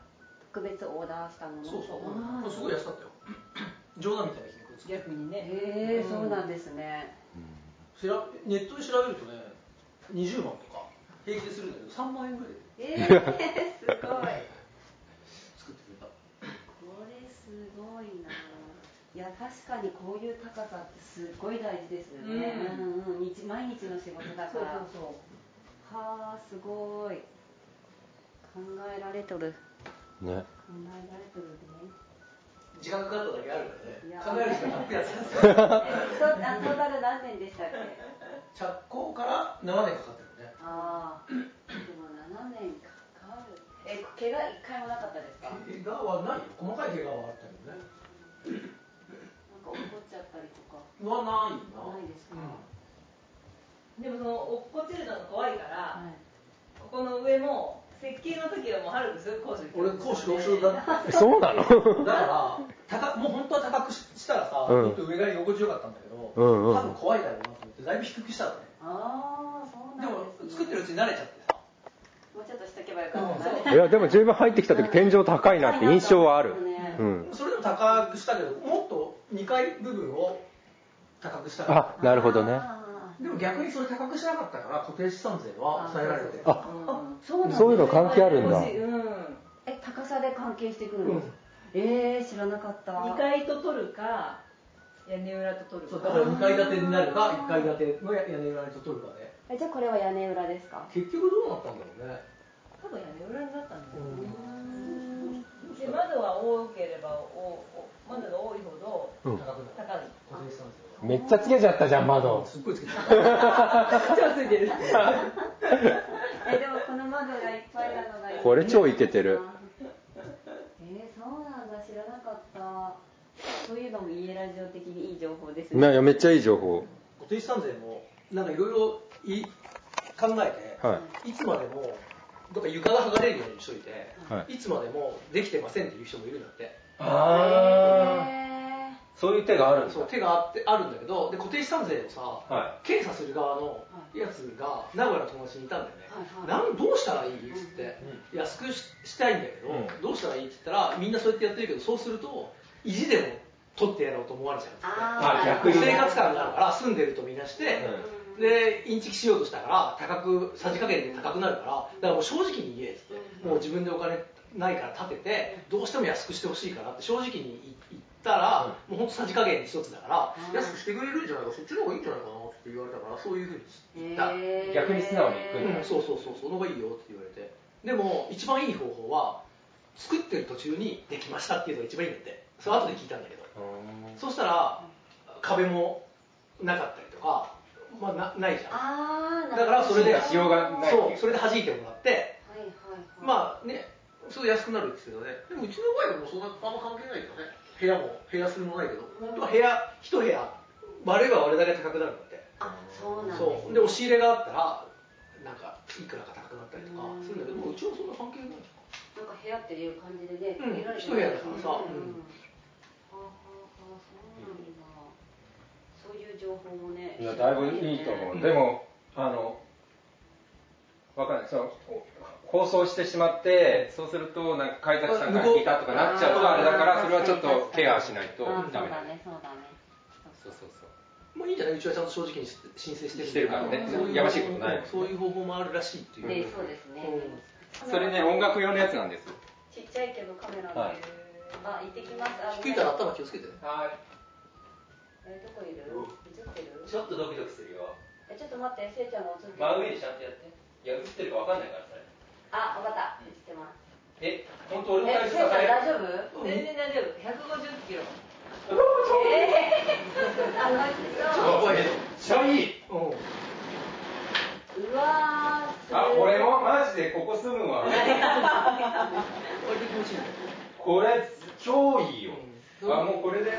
Speaker 3: 特別オーダーしたもの。
Speaker 4: そうそう
Speaker 3: あー
Speaker 4: これすごい安かったよ冗談みたいな金額つけ
Speaker 5: 逆にね
Speaker 3: へえ、そうなんですね。
Speaker 4: せらネットで調べるとね20万とか平気でするんだけど3万円ぐらい
Speaker 3: え
Speaker 4: で
Speaker 3: えー、 すごい。こ
Speaker 4: 作ってくれた
Speaker 3: れすごいな。いや確かにこういう高さってすっごい大事ですよね。う
Speaker 5: うん
Speaker 3: うん、日毎日の仕事だから。
Speaker 5: そう
Speaker 3: はあすごい。考えられとる
Speaker 7: ね
Speaker 3: 考えられとるね
Speaker 4: 時間かかっただけあるから
Speaker 3: いや
Speaker 4: ね。考える時間たっぷりあったんですよ。
Speaker 3: えそうなトータル何年でしたっけ
Speaker 4: 着工から7年かかってるね。
Speaker 3: ああでも7年かかるえ怪我一回もなかったですかなんか
Speaker 4: 怪我はないよ。細かい怪我はあったけどね。
Speaker 3: 怒っちゃったりとか
Speaker 4: はないな。
Speaker 3: ないですか、
Speaker 5: でもその落っこちるのが怖いか
Speaker 3: は
Speaker 5: ら、
Speaker 3: い
Speaker 5: ここの上も設計の時はもうはるくすぐ工事に行
Speaker 4: 俺
Speaker 5: くんですよ
Speaker 4: 講師独身だった。
Speaker 7: そうなの
Speaker 4: だから高もう本当は高くしたらさ、
Speaker 7: うん
Speaker 4: もっと上が横地よかったんだけど、
Speaker 7: うんうん
Speaker 4: 多分怖いだろうなと思ってだいぶ低くしたのね
Speaker 3: ああそう
Speaker 4: で
Speaker 3: なん
Speaker 4: も
Speaker 3: です、ね、
Speaker 4: 作ってるうちに慣れちゃってさ
Speaker 3: もうちょっとしとけばよかったな、
Speaker 7: いやでも十分入ってきた時天井高いなって印象はある
Speaker 3: ね
Speaker 7: うん
Speaker 4: それでも高くしたけどもっと2階部分を高くしたの
Speaker 7: あなるほどね
Speaker 3: あ
Speaker 4: でも逆にそれ高くしなかったから固定資産税は抑えられてる
Speaker 7: あ
Speaker 3: ーそうなんだ
Speaker 7: そういうの関係あるんだ
Speaker 5: 工事うん
Speaker 3: え高さで関係してくるの、えー、知らなかった
Speaker 5: 2階と取るか屋根裏と取る
Speaker 4: そう
Speaker 5: か
Speaker 4: だから2階建てになるか1階建ての屋根裏にと取るかで
Speaker 3: えじゃあこれは屋根裏ですか
Speaker 4: 結局どうなったんだろうね、
Speaker 5: 多分屋根裏になったんだよ、
Speaker 3: うん
Speaker 5: で窓は多ければ多お窓が多いほど
Speaker 7: うん
Speaker 4: 高くなる
Speaker 5: 高い
Speaker 4: 固定資産税は
Speaker 7: めっちゃつけちゃったじゃん窓
Speaker 4: すっごいつけて る
Speaker 5: 超ついてる
Speaker 3: えでもこの窓がいっぱいなのがいいな
Speaker 7: これ超イケてる
Speaker 3: えー、そうなんだ知らなかったそういうのも家ラジオ的にいい情報ですね
Speaker 7: ないやめっちゃいい情報
Speaker 4: 固定資産税もなんかいろいろい考えて、、
Speaker 7: はい
Speaker 4: つまでもなんか床が剥がれるようにしといて、、
Speaker 7: はい
Speaker 4: つまでもできてませんっていう人もいるんだって
Speaker 2: ああ
Speaker 3: え
Speaker 2: そういう手があるんだ
Speaker 4: そう手があってあるんだけどで固定資産税をさ、
Speaker 2: は
Speaker 4: 検査する側のやつが名古屋の友達にいたんだよね、なんどうしたらいいって言って、安くししたいんだけど、
Speaker 2: うん
Speaker 4: どうしたらいいって言ったらみんなそうやってやってるけどそうすると意地でも取ってやろうと思われちゃうっつって
Speaker 3: あ
Speaker 2: ーあ逆に
Speaker 4: 生活感があるから住んでるとみなして、
Speaker 3: うん
Speaker 4: でインチキしようとしたから高くさじ加減で高くなるからだからもう正直に言えっつって、もう自分でお金ないから立ててどうしても安くしてほしいからって正直に言ったら、もうほんとさじ加減一つだから、
Speaker 3: うん
Speaker 4: 安くしてくれるんじゃないかそっちの方がいいんじゃないかなって言われたからそういうふうに言った、
Speaker 3: えー
Speaker 2: 逆に素直に行くんだ
Speaker 4: うんそうそうそうその方がいいよって言われてでも一番いい方法は作ってる途中にできましたっていうのが一番いいんだってそれ後で聞いたんだけどそしたら壁もなかったりとか、まあ、なないじゃ
Speaker 3: あ
Speaker 4: ん
Speaker 3: ーなるほど
Speaker 4: だからそれで
Speaker 2: 進化しようがない
Speaker 4: そうそれで弾いてもらって
Speaker 3: はいはいはい
Speaker 4: まあねすごい安くなるんですけどねでもうちの場合はもうそんなあんま関係ないけどね部屋も部屋数もないけど本当は部屋一部屋悪いは悪だけ高くなるんだって
Speaker 3: あそうなんで
Speaker 4: そ
Speaker 3: す
Speaker 4: うで押し入れがあったらなんかいくらか高くなったりとか
Speaker 3: うん
Speaker 4: するんだけどもううちはそんな関係ない
Speaker 3: なんか部屋っていう感じでね、
Speaker 4: うん
Speaker 3: 見られて
Speaker 4: 一部屋だからさ
Speaker 3: うん
Speaker 4: うん
Speaker 3: はあはあはあそうなんだそういう情報もね
Speaker 2: いやだいぶいいと思う、でもあのわかんないその放送してしまってそうするとなんか海崎さんから聞いたとかなっちゃうとあれだからそれはちょっとケアしないと
Speaker 3: あー
Speaker 2: ダメ
Speaker 3: そ
Speaker 2: だ
Speaker 3: うだねそうだね
Speaker 2: そうそうそう
Speaker 4: まあいいんじゃないうちはちゃんと正直に申請してる
Speaker 2: してるからね
Speaker 4: そうう
Speaker 2: やましいことない
Speaker 4: そういう方法もあるらしいっていう、
Speaker 3: でそうですね、
Speaker 4: うん
Speaker 2: それね音楽用のやつなんです
Speaker 3: ちっちゃいけどカメラで、
Speaker 2: はい
Speaker 3: あ行ってきますあ
Speaker 4: 低いから頭気をつけてね
Speaker 3: えどこいる映ってる
Speaker 8: ちょっとドキドキするよ。
Speaker 3: えちょっと待ってせいちゃんが映ってる
Speaker 8: 真上でちゃんとやって。いや、映ってるかわかんないから、それ。
Speaker 3: あわかった映ってます
Speaker 8: え、本当
Speaker 3: え
Speaker 8: 俺の体
Speaker 3: せい
Speaker 8: 重支え
Speaker 3: ちゃん大丈夫
Speaker 5: 全然大丈夫150キロ
Speaker 3: 楽しそう
Speaker 4: ばいね
Speaker 2: ちゃいい
Speaker 3: うわーすごい
Speaker 2: あ俺もマジでここ住む わ
Speaker 4: 割と気持ちいいね
Speaker 2: これ超いいよあもうこれで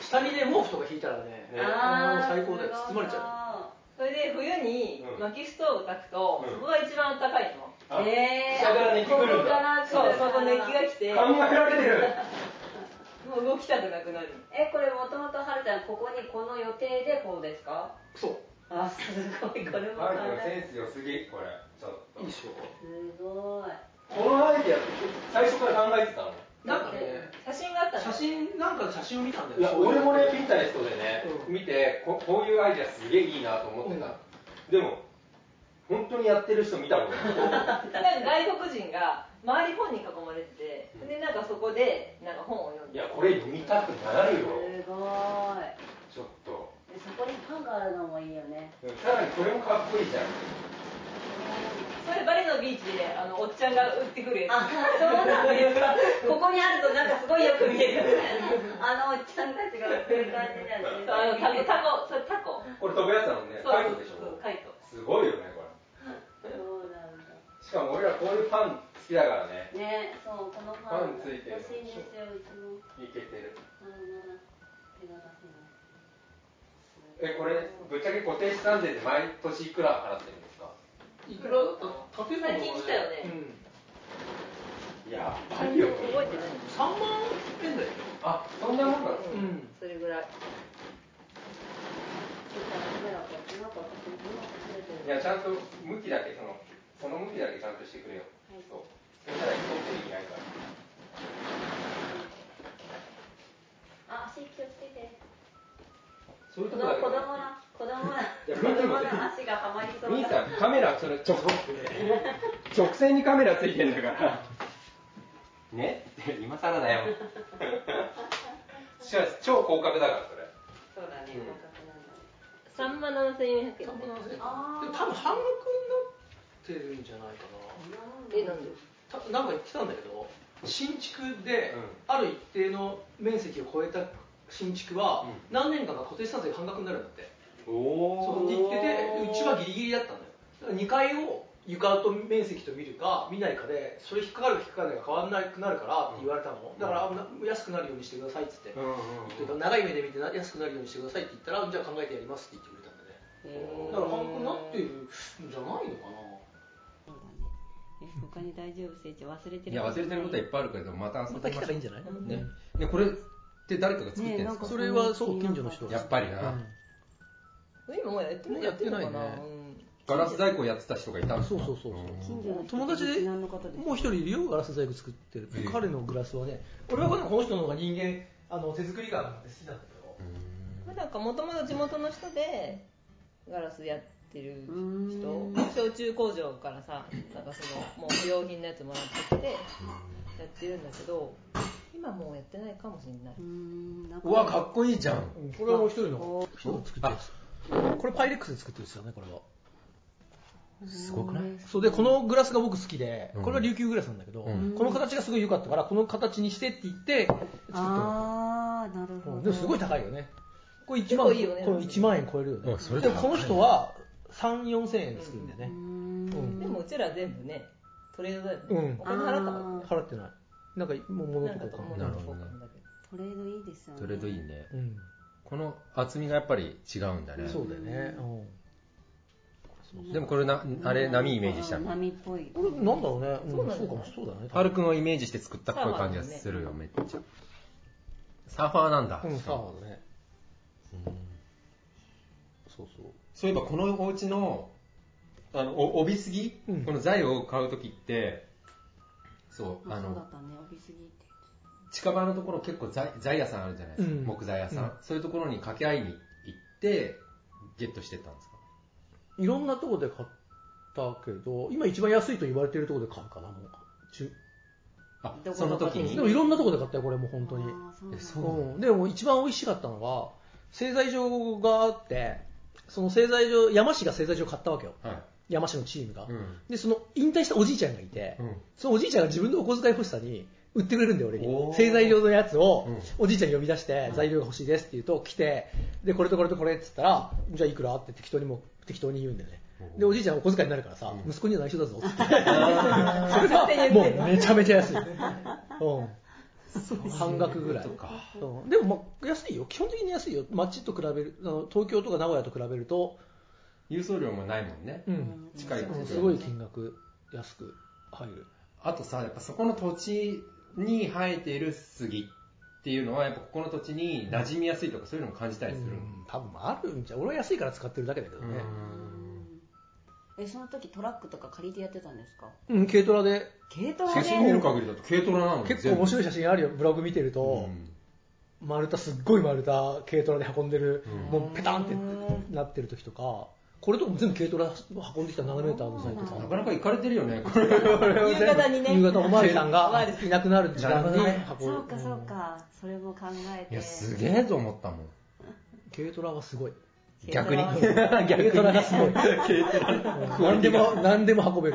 Speaker 4: 下にね毛布とか引いたらね
Speaker 2: ね
Speaker 4: あ
Speaker 3: ー
Speaker 4: もう最高だよ包まれちゃ
Speaker 3: ゃ
Speaker 5: それで冬に
Speaker 2: うん
Speaker 5: 薪ストーブ炊くと、
Speaker 2: うん
Speaker 5: そこが一番高いの、
Speaker 2: 俺え
Speaker 3: えー、
Speaker 2: 下から熱気来るんだ
Speaker 3: だ
Speaker 5: そうそこ熱気が来て
Speaker 2: 考えられてる
Speaker 5: もう動きたくなくなる
Speaker 3: えこれもともとはるちゃんここにこの予定でこうですか
Speaker 4: うそう
Speaker 3: あすごいこれも考
Speaker 2: マジの
Speaker 3: え
Speaker 2: センス良すぎこれちょっと
Speaker 4: いいっしょ
Speaker 3: すごい
Speaker 2: このアイディア最初から考えてたの
Speaker 4: なんかね
Speaker 5: 写真があったの
Speaker 4: 写真なんかの写真を見たんだよ
Speaker 2: いや
Speaker 4: そうう
Speaker 2: 俺もねピンタレストでね、
Speaker 4: うん
Speaker 2: 見てここういうアイデアすげえいいなと思ってた、でも本当にやってる人見たことない
Speaker 5: なんか外国人が周り本に囲まれててでなんかそこでなんか本を読ん
Speaker 2: い
Speaker 5: で
Speaker 2: やこれ読みたくなるよ
Speaker 3: すごい
Speaker 2: ちょっと
Speaker 3: でそこにパンがあるのもいいよね
Speaker 2: さらにこれもかっこいいじゃん
Speaker 5: そこれバレのビーチでねあのおっちゃんが売ってくるやつ
Speaker 3: あそうなんですかここにあるとなんかすごいよく見えるあのおっちゃんたちが そういう感じなんです
Speaker 5: そうあのタコタコそれタコ
Speaker 9: これ飛ぶやつだもんね
Speaker 5: そ
Speaker 9: カ
Speaker 5: う
Speaker 9: イトでし
Speaker 5: そ
Speaker 9: ょ
Speaker 5: うカイト
Speaker 9: すごいよねこれ
Speaker 3: そうなんだ
Speaker 9: しかも俺らこういうファン好きだからね
Speaker 3: ねそうこの
Speaker 9: パ
Speaker 3: パン
Speaker 9: ンついてる
Speaker 3: 欲しいんですようちも
Speaker 9: いけてる
Speaker 3: なるなら手が出せな
Speaker 9: え
Speaker 3: い
Speaker 9: これぶっちゃけ固定資産税で毎年いくら払ってるんですか
Speaker 10: いくらだった建物がね
Speaker 5: 最近来たよね
Speaker 10: うん
Speaker 9: やばいよ
Speaker 5: 覚えてない
Speaker 10: 3万円台
Speaker 9: あそんなもんだ
Speaker 10: うん
Speaker 5: それぐらい
Speaker 3: だからカメラこうなんか私うまく撮れて
Speaker 9: い
Speaker 3: る
Speaker 9: やちゃんと向きだけそのその向きだけちゃんとしてくれよそうそしたら一個って意味ないから
Speaker 3: あ足気をつけて
Speaker 9: そういう
Speaker 3: 子
Speaker 9: と
Speaker 3: 供
Speaker 9: こだけ
Speaker 3: 子供ら子供ら
Speaker 9: いや
Speaker 3: 子供ら足がはまりそう
Speaker 9: 兄
Speaker 3: だ
Speaker 9: さんカメラそれ直直線にカメラついてんだ からねって今更だ よしかし超広角だからそれ
Speaker 3: そうだね感覚なんだね
Speaker 5: 3万7400円
Speaker 10: 3万円台でも
Speaker 3: あー
Speaker 10: 多分半額になってるんじゃないかな
Speaker 5: えなんで
Speaker 10: たなんか言ってたんだけど新築で、
Speaker 9: うん
Speaker 10: ある一定の面積を超えた新築は、
Speaker 9: う
Speaker 10: 何年かが固定資産税半額になるんだって
Speaker 9: お
Speaker 10: そこに行っててうちはギリギリだったんだよだから2階を床と面積と見るか見ないかでそれ引っかかるか引っかかんないか変わらなくなるからって言われたの、だからな安くなるようにしてくださいって言って、
Speaker 9: うんうん
Speaker 10: というか長い目で見てな安くなるようにしてくださいって言ったらじゃあ考えてやりますって言ってくれたんだねだから半額になってるんじゃないのかな
Speaker 3: そうだねえ他に大丈夫聖地忘れて
Speaker 2: い
Speaker 3: る
Speaker 2: や忘れてることはいっぱいあるけどまた遊
Speaker 4: ま
Speaker 2: ん
Speaker 4: た
Speaker 2: で
Speaker 4: 来
Speaker 2: ま
Speaker 4: た
Speaker 2: しょ
Speaker 4: らいいんじゃない、
Speaker 2: うねねこれって誰かが作ってるんですか
Speaker 3: ね
Speaker 4: それはそう近所の人が
Speaker 2: やっぱりな、
Speaker 4: 今もうやってないやってないね
Speaker 2: ガラス細工やってた人がいたんです
Speaker 4: そう
Speaker 2: か
Speaker 4: そうそうそう、
Speaker 3: 近所の人
Speaker 4: 友達で
Speaker 3: 何の方ですか
Speaker 4: もう一人いるよガラス細工作ってる、
Speaker 2: ええ
Speaker 4: 彼のグラスはね俺はこの人の方が人間あの手作り感があって好きなんだけ
Speaker 5: なんかもともと地元の人でガラスやってる
Speaker 3: うー
Speaker 5: 人
Speaker 3: ん
Speaker 5: 焼酎工場からさなんかそのもう不用品のやつもらってきてやってるんだけど今もうやってないかもしれないう
Speaker 3: ーんなんか
Speaker 2: うわかっこいいじゃん
Speaker 4: ど、これはもう一人の人が作ってるやつこれパイレックスで作ってるんですよねこれは
Speaker 2: すごくない
Speaker 4: そうでこのグラスが僕好きで
Speaker 2: うん
Speaker 4: これは琉球グラスなんだけど、
Speaker 2: うん
Speaker 4: この形がすごい良かったからこの形にしてって言って作ったの
Speaker 3: ああなるほ
Speaker 4: う
Speaker 3: ど
Speaker 4: んでもすごい高いよねこれ1万
Speaker 5: 結構いいよね
Speaker 4: これ1万円超えるよね、
Speaker 2: うんそれ
Speaker 4: で
Speaker 2: 高い
Speaker 4: もこの人は3 4千円で作るんだよね
Speaker 3: うー、ん
Speaker 4: うん
Speaker 5: でもうちら全部ねトレードだよね、
Speaker 4: うん
Speaker 5: お金払ったか
Speaker 3: あ
Speaker 4: 払ってないなんかもう
Speaker 5: ら
Speaker 4: 物
Speaker 5: なん
Speaker 4: と
Speaker 5: か
Speaker 4: かか
Speaker 5: と思う
Speaker 2: なるほど
Speaker 5: そうかもだけど
Speaker 3: トレードいいですよね
Speaker 2: トレードいいね
Speaker 4: うん
Speaker 2: この厚みがやっぱり違うんだね
Speaker 4: そうだよね、うん
Speaker 2: でもこれなあれ波イメージしたの
Speaker 3: 波っぽい
Speaker 4: これなんだろうね、うん、
Speaker 5: そうなんだよ
Speaker 4: そ
Speaker 5: ね
Speaker 4: うかもそうだね
Speaker 2: ハルくんをイメージして作ったっぽい感じがするよめっちゃサーファーなんだ、
Speaker 4: うん
Speaker 2: しかも
Speaker 4: そうだねそうそう
Speaker 2: そういえばこのお家のあのお帯すぎ、
Speaker 4: うん
Speaker 2: この材を買う時ってそう
Speaker 3: あ
Speaker 2: あ
Speaker 3: そうだ
Speaker 2: の
Speaker 3: ったね帯すぎって
Speaker 2: 近場のところ結構材材屋さんあるじゃないですか、
Speaker 4: うん
Speaker 2: 木材屋さん、
Speaker 4: うん
Speaker 2: そういうところに掛け合いに行ってゲットしてったんですか
Speaker 4: いろんなとこで買ったけど今一番安いと言われてるとこで買うかなもう中
Speaker 2: あ
Speaker 3: どこ
Speaker 2: その時
Speaker 3: どこ
Speaker 2: に
Speaker 4: でもいろんなとこで買ったよこれもう本当に
Speaker 3: あーそうなんだ
Speaker 2: えそうなの
Speaker 4: うん、でも一番美味しかったのは製材所があってその製材所山市が製材所を買ったわけよ
Speaker 2: はい
Speaker 4: 山市のチームが、
Speaker 2: うん
Speaker 4: でその引退したおじいちゃんがいて、
Speaker 2: うん
Speaker 4: そのおじいちゃんが自分のお小遣い欲しさに売ってくれるんだよ俺
Speaker 2: お
Speaker 4: に
Speaker 2: ー
Speaker 4: 製材料のやつを
Speaker 2: うん
Speaker 4: おじいちゃんに呼び出して材料が欲しいですって言うと来てでこれとこれとこれって言ったらじゃあいくらって適当にもう適当に言うんだよねでおじいちゃんお小遣いになるからさ、息子には内緒だぞってそれが もうめちゃめちゃ安い、うん、半額ぐらいうんでもまあ安いよ基本的に安いよ街と比べるあの東京とか名古屋と比べると、
Speaker 2: 郵送料もないもんね、
Speaker 4: うん、
Speaker 2: 近い
Speaker 4: うんすごい金額安く入る
Speaker 2: あとさやっぱそこの土地に生えている杉っていうのはやっぱここの土地に馴染みやすいとかそういうのも感じたりするの
Speaker 4: うん多分あるんじゃ俺は安いから使ってるだけだけどね
Speaker 3: えその時トラックとか借りてやってたんですか
Speaker 4: うん軽トラで
Speaker 3: 軽トラ
Speaker 2: 写
Speaker 3: で
Speaker 2: 真見る限りだと軽トラなの
Speaker 4: 結構面白い
Speaker 2: い
Speaker 4: 写真あるよブログ見てると、丸太すっごい丸太軽トラで運んでる、もうペタンってなってる時とかこれとかも全部軽トラ運んできた 7m の際と
Speaker 2: な
Speaker 4: か
Speaker 2: かなか行かれてるよねこれ
Speaker 5: 夕方にね
Speaker 4: 夕方おまわりさんがいなくなる時間に運
Speaker 3: そう
Speaker 4: ぶ
Speaker 3: かそうかそれも考え
Speaker 2: い
Speaker 3: て
Speaker 2: やすげえと思ったもん
Speaker 4: 軽トラはすごい
Speaker 11: 逆に。
Speaker 4: 軽ト ラがすごい。
Speaker 11: 何でも、何でも運べる。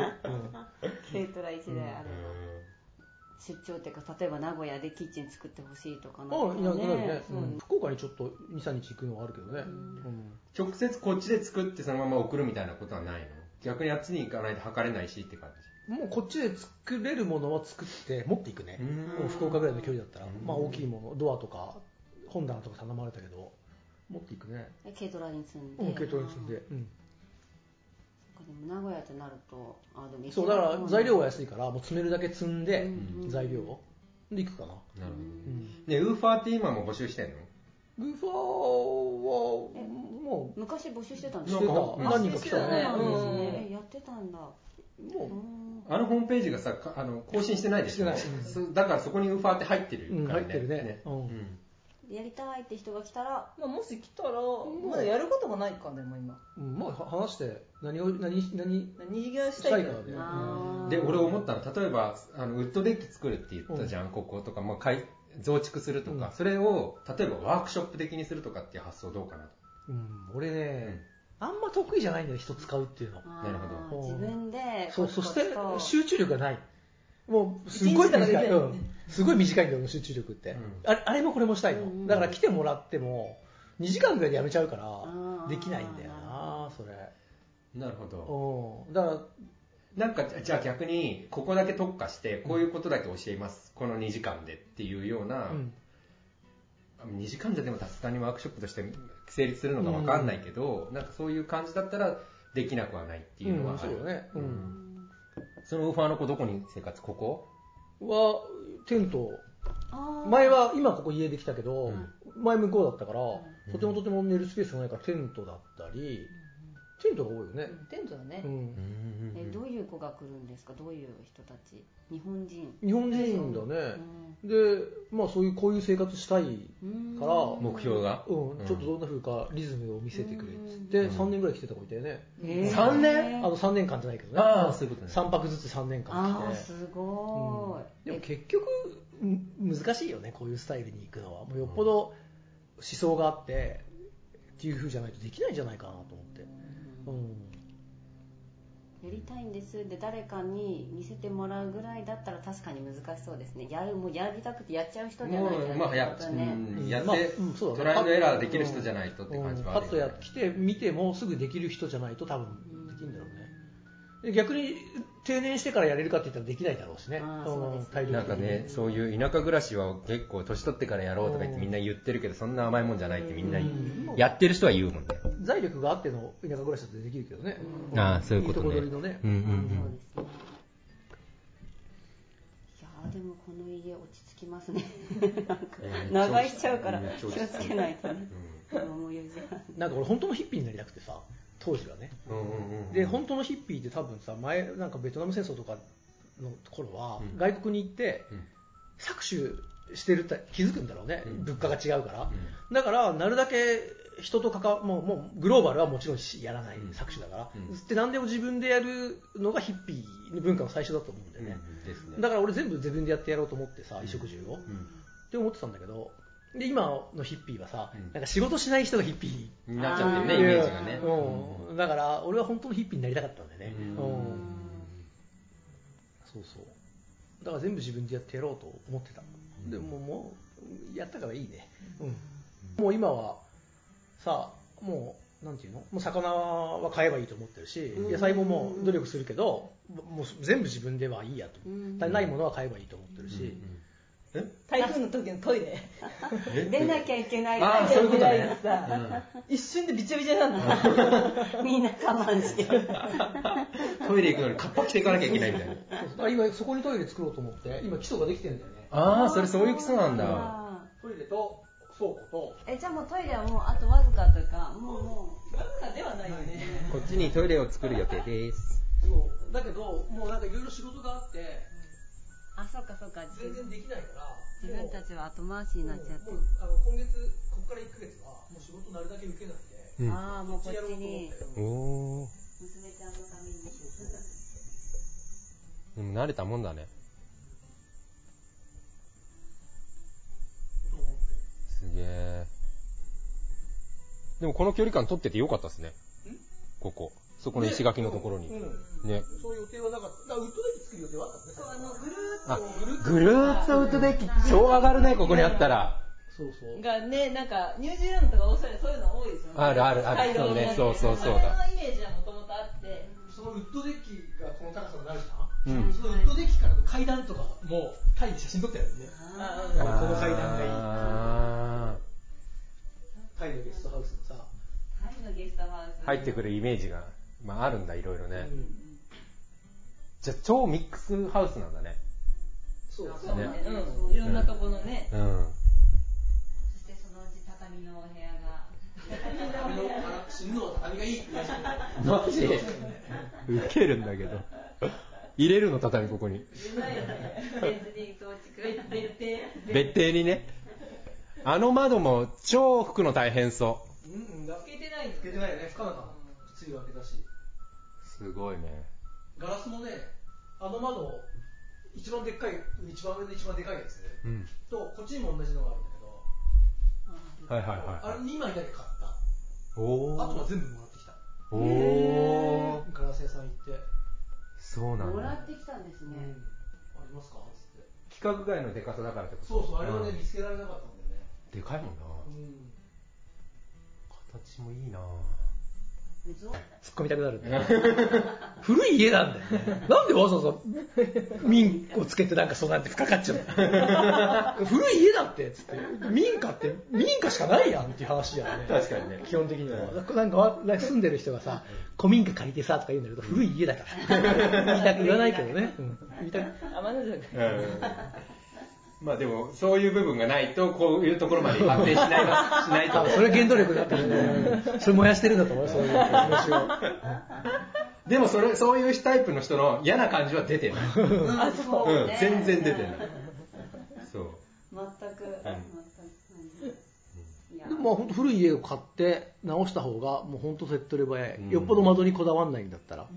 Speaker 3: 軽トラ1台あれば、出張っていうか例えば名古屋でキッチン作ってほしいとかな
Speaker 4: あいなくなるね、
Speaker 3: そう
Speaker 4: うん福岡にちょっと2、3日行くのはあるけどね。うん
Speaker 2: 直接こっちで作ってそのまま送るみたいなことはないの逆にあっちに行かないと測れないしって感
Speaker 4: もうこっちで作れるものは作って持っていくね
Speaker 2: うん
Speaker 4: 福岡ぐらいの距離だったらまあ大きいものドアとか本棚とか頼まれたけど持っていくね
Speaker 3: え軽トラに積んで、
Speaker 4: うん軽トラに積んで、うん
Speaker 3: そっかでも名古屋ってなるとあでも
Speaker 4: そうだから材料が安
Speaker 3: い
Speaker 4: いからもう詰めるだけ積んで材料をでいくかな
Speaker 2: じなるほど、でウーファーって今も募集してんの
Speaker 4: グーファーはもう
Speaker 3: 昔募集してたんです
Speaker 4: してた
Speaker 2: なんか
Speaker 4: 何人か来たね
Speaker 3: そうなん
Speaker 4: うん
Speaker 3: ですねえやってたんだ
Speaker 2: あのホームページがさかあの更新してないでしょそうだからそこにウーファーって入ってるからね、
Speaker 4: うん入ってるね
Speaker 2: うん
Speaker 3: やりたいって人が来たら、
Speaker 5: まあ、もし来たら、まだやることがないかでも今。
Speaker 4: うんまあは話して何を何何
Speaker 5: 何がしたいか
Speaker 4: したいかだよあ
Speaker 2: で俺思ったの例えばあのウッドデッキ作るって言ったじゃん、こことか、まあ、かい増築するとか、それを例えばワークショップ的にするとかっていう発想どうかなと
Speaker 4: うん俺ねあんま得意じゃないんだよ人使うっていうの
Speaker 2: なるほど
Speaker 3: 自分で
Speaker 4: そう、そして
Speaker 3: コツコツと
Speaker 4: 集中力がない。もう、すごい短
Speaker 3: 一日だ
Speaker 4: い。
Speaker 3: け
Speaker 4: うんすごい短いんだよ、俺集中力って。あれあれもこれもしたいの。だから来てもらっても、2時間ぐらいでやめちゃうから、できないんだよな、それ。
Speaker 2: なるほど
Speaker 4: うん。だから、
Speaker 2: なんかじゃじゃあ逆にここだけ特化してこういうことだけ教えます、この2時間でっていうような、
Speaker 4: うん
Speaker 2: 2時間じゃでもさすがにワークショップとして成立するのか分かんないけど、なんかそういう感じだったらできなくはないっていうのはある、
Speaker 4: うんそうだねうん
Speaker 2: そのウーファーの子どこに生活ここ
Speaker 4: は、テント、前は、今ここ家できたけど、前向こうだったから、とてもとても寝るスペースがないからテントだったり、テントが多いよね。
Speaker 5: テントだね
Speaker 4: うん
Speaker 3: えどういう子が来るんですかどういう人たち日本人
Speaker 4: 日本人だね、でまあそういうこういう生活したいから
Speaker 2: 目標が
Speaker 4: うん
Speaker 2: うん
Speaker 4: ちょっとどんな風かリズムを見せてくれっつって3年ぐらい来てた子いたよね、
Speaker 3: へー
Speaker 4: 三
Speaker 3: 三年
Speaker 4: あの3年間じゃないけどね
Speaker 2: あーそういうことね
Speaker 4: 3泊ずつ3年間
Speaker 3: あー
Speaker 4: 来て
Speaker 3: すご
Speaker 4: でも結局む難しいよねこういうスタイルに行くのはもうよっぽど思想があってっていう風じゃないとできないんじゃないかなと思って、うん
Speaker 3: いやりたいんですって誰かに見せてもらうぐらいだったら確かに難しそうですねやるもうやりたくてやっちゃう人じゃない
Speaker 2: もうまあやっ
Speaker 3: とね
Speaker 2: うんやって
Speaker 4: まあうんそうだ
Speaker 2: ト
Speaker 4: ね
Speaker 2: ライアンドエラーできる人じゃないとって感じはあ
Speaker 4: パ
Speaker 2: る
Speaker 4: ッとや来て見てもすぐできる人じゃないと多分できるんだろうねで逆に定年してからやれるかって言ったらできないだろうしねうん体
Speaker 2: な
Speaker 4: 力
Speaker 2: ん
Speaker 4: 的
Speaker 2: か
Speaker 4: に
Speaker 2: ね、そういう田舎暮らしは結構年取ってからやろうとか言ってみんな言ってるけど、そんな甘いもんじゃないってみんなやってる人は言うもんね。
Speaker 4: 財力があっての田舎暮らしだってできるけどね
Speaker 2: ああ、そういうことね。
Speaker 4: いいとこ取りのね
Speaker 2: うんうん
Speaker 3: いやーでもこの家落ち着 きますねなんか
Speaker 4: いや
Speaker 3: 長居しちゃうから
Speaker 4: めっ
Speaker 3: 気
Speaker 4: ちゃ
Speaker 3: を
Speaker 4: 落ち着く
Speaker 3: つけないとね思うよ時間
Speaker 4: なんか俺本当のヒッピーになりたくてさ当時はね、で本当のヒッピーって多分さ前なんかベトナム戦争とかの頃は、外国に行って、搾取してるって気づくんだろうね、物価が違うから、だからなるだけ人と関わもうもうグローバルはもちろんしやらない、搾取だから、で何でも自分でやるのがヒッピーの文化の最初だと思うんだよね、
Speaker 2: ですね。
Speaker 4: だから俺全部自分でやってやろうと思ってさ衣食住を、って思ってたんだけどで今のヒッピーはさ、なんか仕事しない人がヒッピー
Speaker 2: になっちゃってるねイメージがね
Speaker 4: うんだから俺は本当のヒッピーになりたかったんだよね、
Speaker 2: うん
Speaker 4: そうそうだから全部自分でやってやろうと思ってた、でももうやったからいいね、うん、もう今はさもうなんていうのもう魚は買えばいいと思ってるし、
Speaker 2: うん
Speaker 4: 野菜ももう努力するけど、もう全部自分ではいいやと、
Speaker 3: うん
Speaker 4: 足りないものは買えばいいと思ってるし、
Speaker 5: 台風の時のトイレ。
Speaker 3: 出なきゃいけない
Speaker 5: あーそういうことね
Speaker 3: 出なきゃいけないのさ
Speaker 5: 一瞬でびちゃびちゃなんだ。
Speaker 3: みんな我慢してる
Speaker 2: トイレ行くのにカッパ着ていかなきゃいけないみたいな。
Speaker 4: そうそうだから今そこにトイレ作ろうと思って今基礎ができてるんだよね
Speaker 2: ああ、それそういう基礎なんだ。
Speaker 3: あ
Speaker 4: トイレと倉庫と
Speaker 3: ーえじゃあもうトイレはもうあとわずかというかもうもうわずかではないよね
Speaker 2: こっちにトイレを作る予定です。
Speaker 4: そうだけどもうなんかいろいろ仕事があって
Speaker 3: あそうかそうか
Speaker 4: 全然できないから
Speaker 3: 自分たちは後回しになっちゃって
Speaker 4: もうあの今月ここから1ヶ月はもう仕事なるだけ受けないで、
Speaker 2: うん
Speaker 3: ああもうこっちに
Speaker 2: おお。
Speaker 3: 娘ちゃんのために
Speaker 2: でも慣れたもんだね。すげえ。
Speaker 12: でもこの距離感取っててよかったですね。ここ。そこの石垣のところに。
Speaker 4: ね
Speaker 12: ね。
Speaker 4: そういう予定はなかった。だからウッドデッキ作る予定はあったんですね。あのぐる
Speaker 12: あ、ぐるーっとウッドデッキ超上がるね、ここにあったら。
Speaker 4: そうそう。
Speaker 5: がね、なんか、ニュージーランドとかオーストラリアそういうの多いですよね。
Speaker 12: あるあるある
Speaker 5: 街道になって
Speaker 12: そうねそうそうそうだ
Speaker 5: あれのイメージはもともとあって、
Speaker 4: そのウッドデッキがこの高さになるじゃん、
Speaker 12: うん
Speaker 4: そのウッドデッキからの階段とかもタイで写真撮ったやつね
Speaker 5: あ
Speaker 4: この階段がいい
Speaker 12: あ
Speaker 4: タイのゲストハウスのさ
Speaker 3: タイのゲストハウ
Speaker 12: ー
Speaker 3: ス
Speaker 12: 入ってくるイメージが、まああるんだ、いろいろね。じゃあ超ミックスハウスなんだね。
Speaker 4: そうです
Speaker 5: そうね
Speaker 12: ね。
Speaker 5: うん。いろんなとこのね。
Speaker 12: うん。
Speaker 3: そしてそのうち畳のお部屋が
Speaker 4: 畳のお部屋死ぬのは畳がいいって言い出して
Speaker 12: マジ ウケるんだけど。入れるの、畳ここに。
Speaker 5: うまいよね。別に増築別邸。
Speaker 12: 別邸にね。あの窓も超拭くの大変そ
Speaker 4: うんうんだ
Speaker 5: つけてない
Speaker 4: つけてないよね不可能な普通に開けたし
Speaker 12: う。すごいね。
Speaker 4: ガラスもねあの窓一番でっかい一番上の一番でかいやつね
Speaker 12: うん。
Speaker 4: とこっちにも同じのがあるんだけど
Speaker 12: はいはいはい。
Speaker 4: あれ2枚だけ買った
Speaker 12: お
Speaker 4: あとは
Speaker 12: ー。
Speaker 4: 全部もらってきた
Speaker 12: おー。
Speaker 4: ガラス屋さん行って
Speaker 12: そうなん
Speaker 3: もら
Speaker 12: だ。
Speaker 3: ってきたんですね、
Speaker 4: ありますかつって
Speaker 12: 規格外のデカさだからってこと
Speaker 4: そうそうあれはね、
Speaker 12: ん
Speaker 4: 見つけられなかったんだよね
Speaker 12: でかいもんな。
Speaker 4: うん
Speaker 12: 形もいいな
Speaker 4: 突っ込みたくなる古い家なんだよねなんでわざわざ民をつけてなんかそうなんて深かっちゃうの古い家だってつって民家って民家しかないやんっていう話だよね
Speaker 12: 確かにね。
Speaker 4: 基本的にはなんかわなんか住んでる人がさ古民家借りてさとか言うんだけど古い家だから言いたく言わないけどね、うん言いたく
Speaker 5: 天の城
Speaker 12: うんまあでも、そういう部分がないと、こういうところまで発展しない な、しないと
Speaker 4: 多
Speaker 12: 思
Speaker 4: 分
Speaker 12: う
Speaker 4: それ原動力になってるねそれ燃やしてるんだと思うよそういう気持ちを
Speaker 12: でもそれ、そういうタイプの人の嫌な感じは出てない。
Speaker 5: あ、そうう、
Speaker 12: ん
Speaker 5: ね。、
Speaker 12: 全然出てない。そう。
Speaker 3: 全く、全く、いや
Speaker 4: でもまあ本当古い家を買って直した方がもう本当手っ取り早い、
Speaker 12: うん
Speaker 4: よっぽど窓にこだわらないんだったら、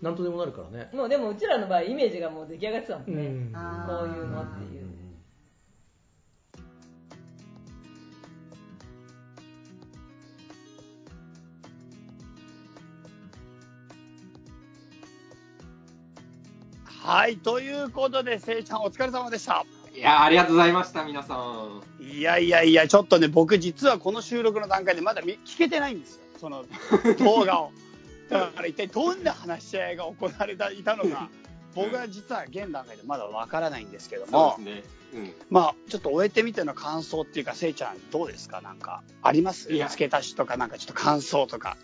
Speaker 4: なんとでもなるからね、
Speaker 5: もうでもうちらの場合イメージがもう出来上がってたもん
Speaker 4: う
Speaker 5: ね。
Speaker 4: ん、
Speaker 5: こういうのっていう。
Speaker 1: はい、ということで、せいちゃんお疲れ様でした。
Speaker 2: いや、ありがとうございました、皆さん。
Speaker 1: いやいやいや、ちょっとね、僕実はこの収録の段階でまだ見聞けてないんですよ。その動 画を。だから一体どんな話し合いが行われていたのか、僕は実は現段階でまだわからないんですけども、
Speaker 2: そうですね。
Speaker 1: まあ、ちょっと終えてみての感想っていうか、せいちゃんどうですかなんか、あります
Speaker 2: いや
Speaker 1: 付け足しとか、なんかちょっと感想とか。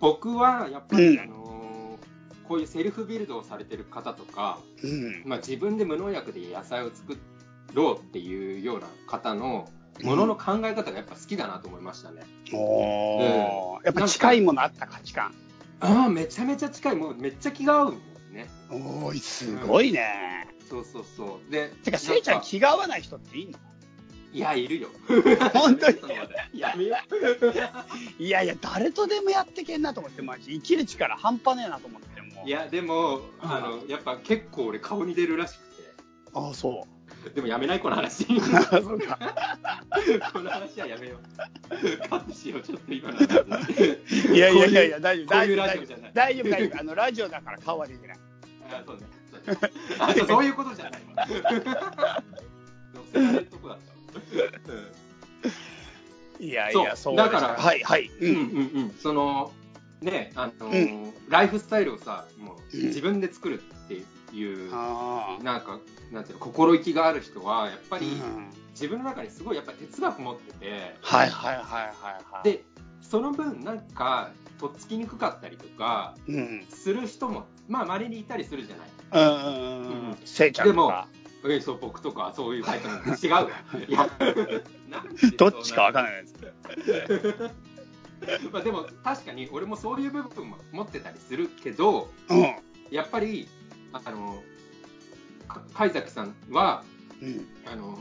Speaker 2: 僕は、やっぱ
Speaker 1: う
Speaker 2: り、
Speaker 1: ん
Speaker 2: あのーこういうセルフビルドをされてる方とか、
Speaker 1: うん。
Speaker 2: まあ、自分で無農薬で野菜を作ろうっていうような方のものの考え方がやっぱ好きだなと思いましたね。
Speaker 1: おーやっぱ近いものあった価値観。
Speaker 2: ああ、めちゃめちゃ近い。もうめっちゃ気が合うんですね。
Speaker 1: おーい、すごいね。
Speaker 2: そうそうそう。で、
Speaker 1: てか、せいちゃ
Speaker 2: なんか
Speaker 1: 気が合わない人っていいの
Speaker 2: いや、いるよ。
Speaker 1: 本当に
Speaker 2: その場でやめよう。
Speaker 1: いやいや、誰とでもやってけんなと思って、マジ。生きる力半端ねえなと思って、もう。
Speaker 2: いや、でも、あの、やっぱ結構俺顔に出るらしく
Speaker 1: ああ、そう。
Speaker 2: て。でもやめない、この 話。こ
Speaker 1: あそうか。
Speaker 2: の話はやめよう。カットしよう、ちょっと今の話。
Speaker 1: いやいやいやいや、大丈夫、
Speaker 2: こう
Speaker 1: 大
Speaker 2: いう
Speaker 1: 丈夫
Speaker 2: ラ
Speaker 1: 大
Speaker 2: ジオじ
Speaker 1: 丈
Speaker 2: ゃない
Speaker 1: 夫。大丈夫、大丈夫。あの、ラジオだから顔はできない。
Speaker 2: あそうね。そうねあ、そうそういうことじゃないわ。そういうとこだったわ。うん
Speaker 1: いやいや、
Speaker 2: そ
Speaker 1: そううです
Speaker 2: だから
Speaker 1: はい、はい。
Speaker 2: うんうんうん、そのねあのーライフスタイルをさもう自分で作るっていう、
Speaker 1: あ
Speaker 2: なんかなんていうの心意気がある人はやっぱ
Speaker 1: あ。う
Speaker 2: り
Speaker 1: ん。
Speaker 2: 自分の中にすごいやっぱ哲学持ってて
Speaker 1: はい、はい、はい、はい。はい、
Speaker 2: でその分なんかとっつきにくかったりとか
Speaker 1: うん。うん
Speaker 2: する人もまあ稀にいたりするじゃない。
Speaker 1: うんうんうん。せいちゃんとか。
Speaker 2: えそう僕とかそういうタイプなんで違うわ。いやなんで
Speaker 1: どっちかわかんないやつ。
Speaker 2: まあでも確かに俺もそういう部分も持ってたりするけど、
Speaker 1: うん。
Speaker 2: やっぱり、あの、か貝崎さんは、
Speaker 1: うん。
Speaker 2: あの、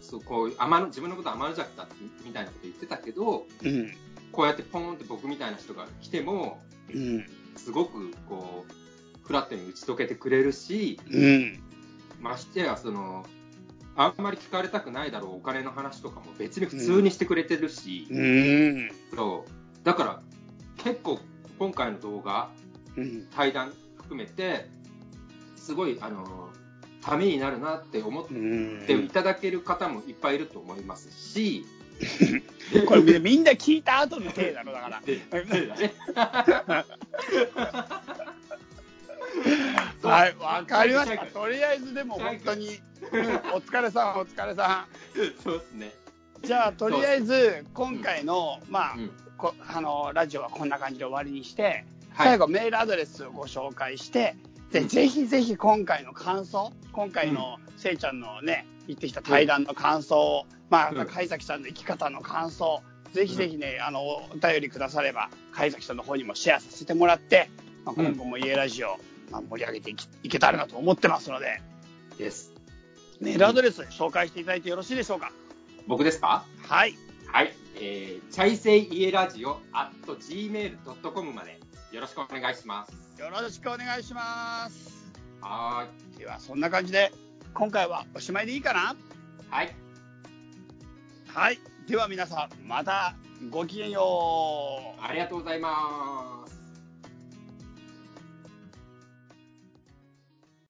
Speaker 2: そうこう天の自分のこと天の弱だってみたいなこと言ってたけど、
Speaker 1: うん。
Speaker 2: こうやってポーンって僕みたいな人が来ても、
Speaker 1: うん。
Speaker 2: すごくこう、フラットに打ち解けてくれるし、
Speaker 1: うん。
Speaker 2: ましてや、その、あんまり聞かれたくないだろうお金の話とかも別に普通にしてくれてるし、
Speaker 1: うん。
Speaker 2: そだから結構今回の動画、対談含めてすごいあのためになるなって思っていただける方もいっぱいいると思いますし、
Speaker 1: これみんな聞いた後の手だろだから。はい、わかりました。とりあえずでも本当に、うんお疲れさん、お疲れさ
Speaker 2: そうですね。
Speaker 1: ん。じゃあとりあえず今回の、まあ、こあのラジオはこんな感じで終わりにして、最後メールアドレスをご紹介して、でぜひぜひ今回の感想、今回のせいちゃんのね、言ってきた対談の感想を、まあ、貝崎さんの生き方の感想、ぜひぜひね、あの、お便りくだされば、貝崎さんの方にもシェアさせてもらって、まあ、今後も家ラジオ、まあ、盛り上げていきいけたらなと思ってますので、
Speaker 2: です。
Speaker 1: メールアドレス紹介していただいてよろしいでしょうか。
Speaker 2: 僕ですか
Speaker 1: はい。
Speaker 2: はい。えー、チャイセイイエラジオ at gmail.com までよろしくお願いします。
Speaker 1: よろしくお願いします。
Speaker 2: は
Speaker 1: では、そんな感じで、今回はおしまいでいいかな
Speaker 2: はい。
Speaker 1: はい。では皆さん、またごきげんよう。
Speaker 2: ありがとうございます。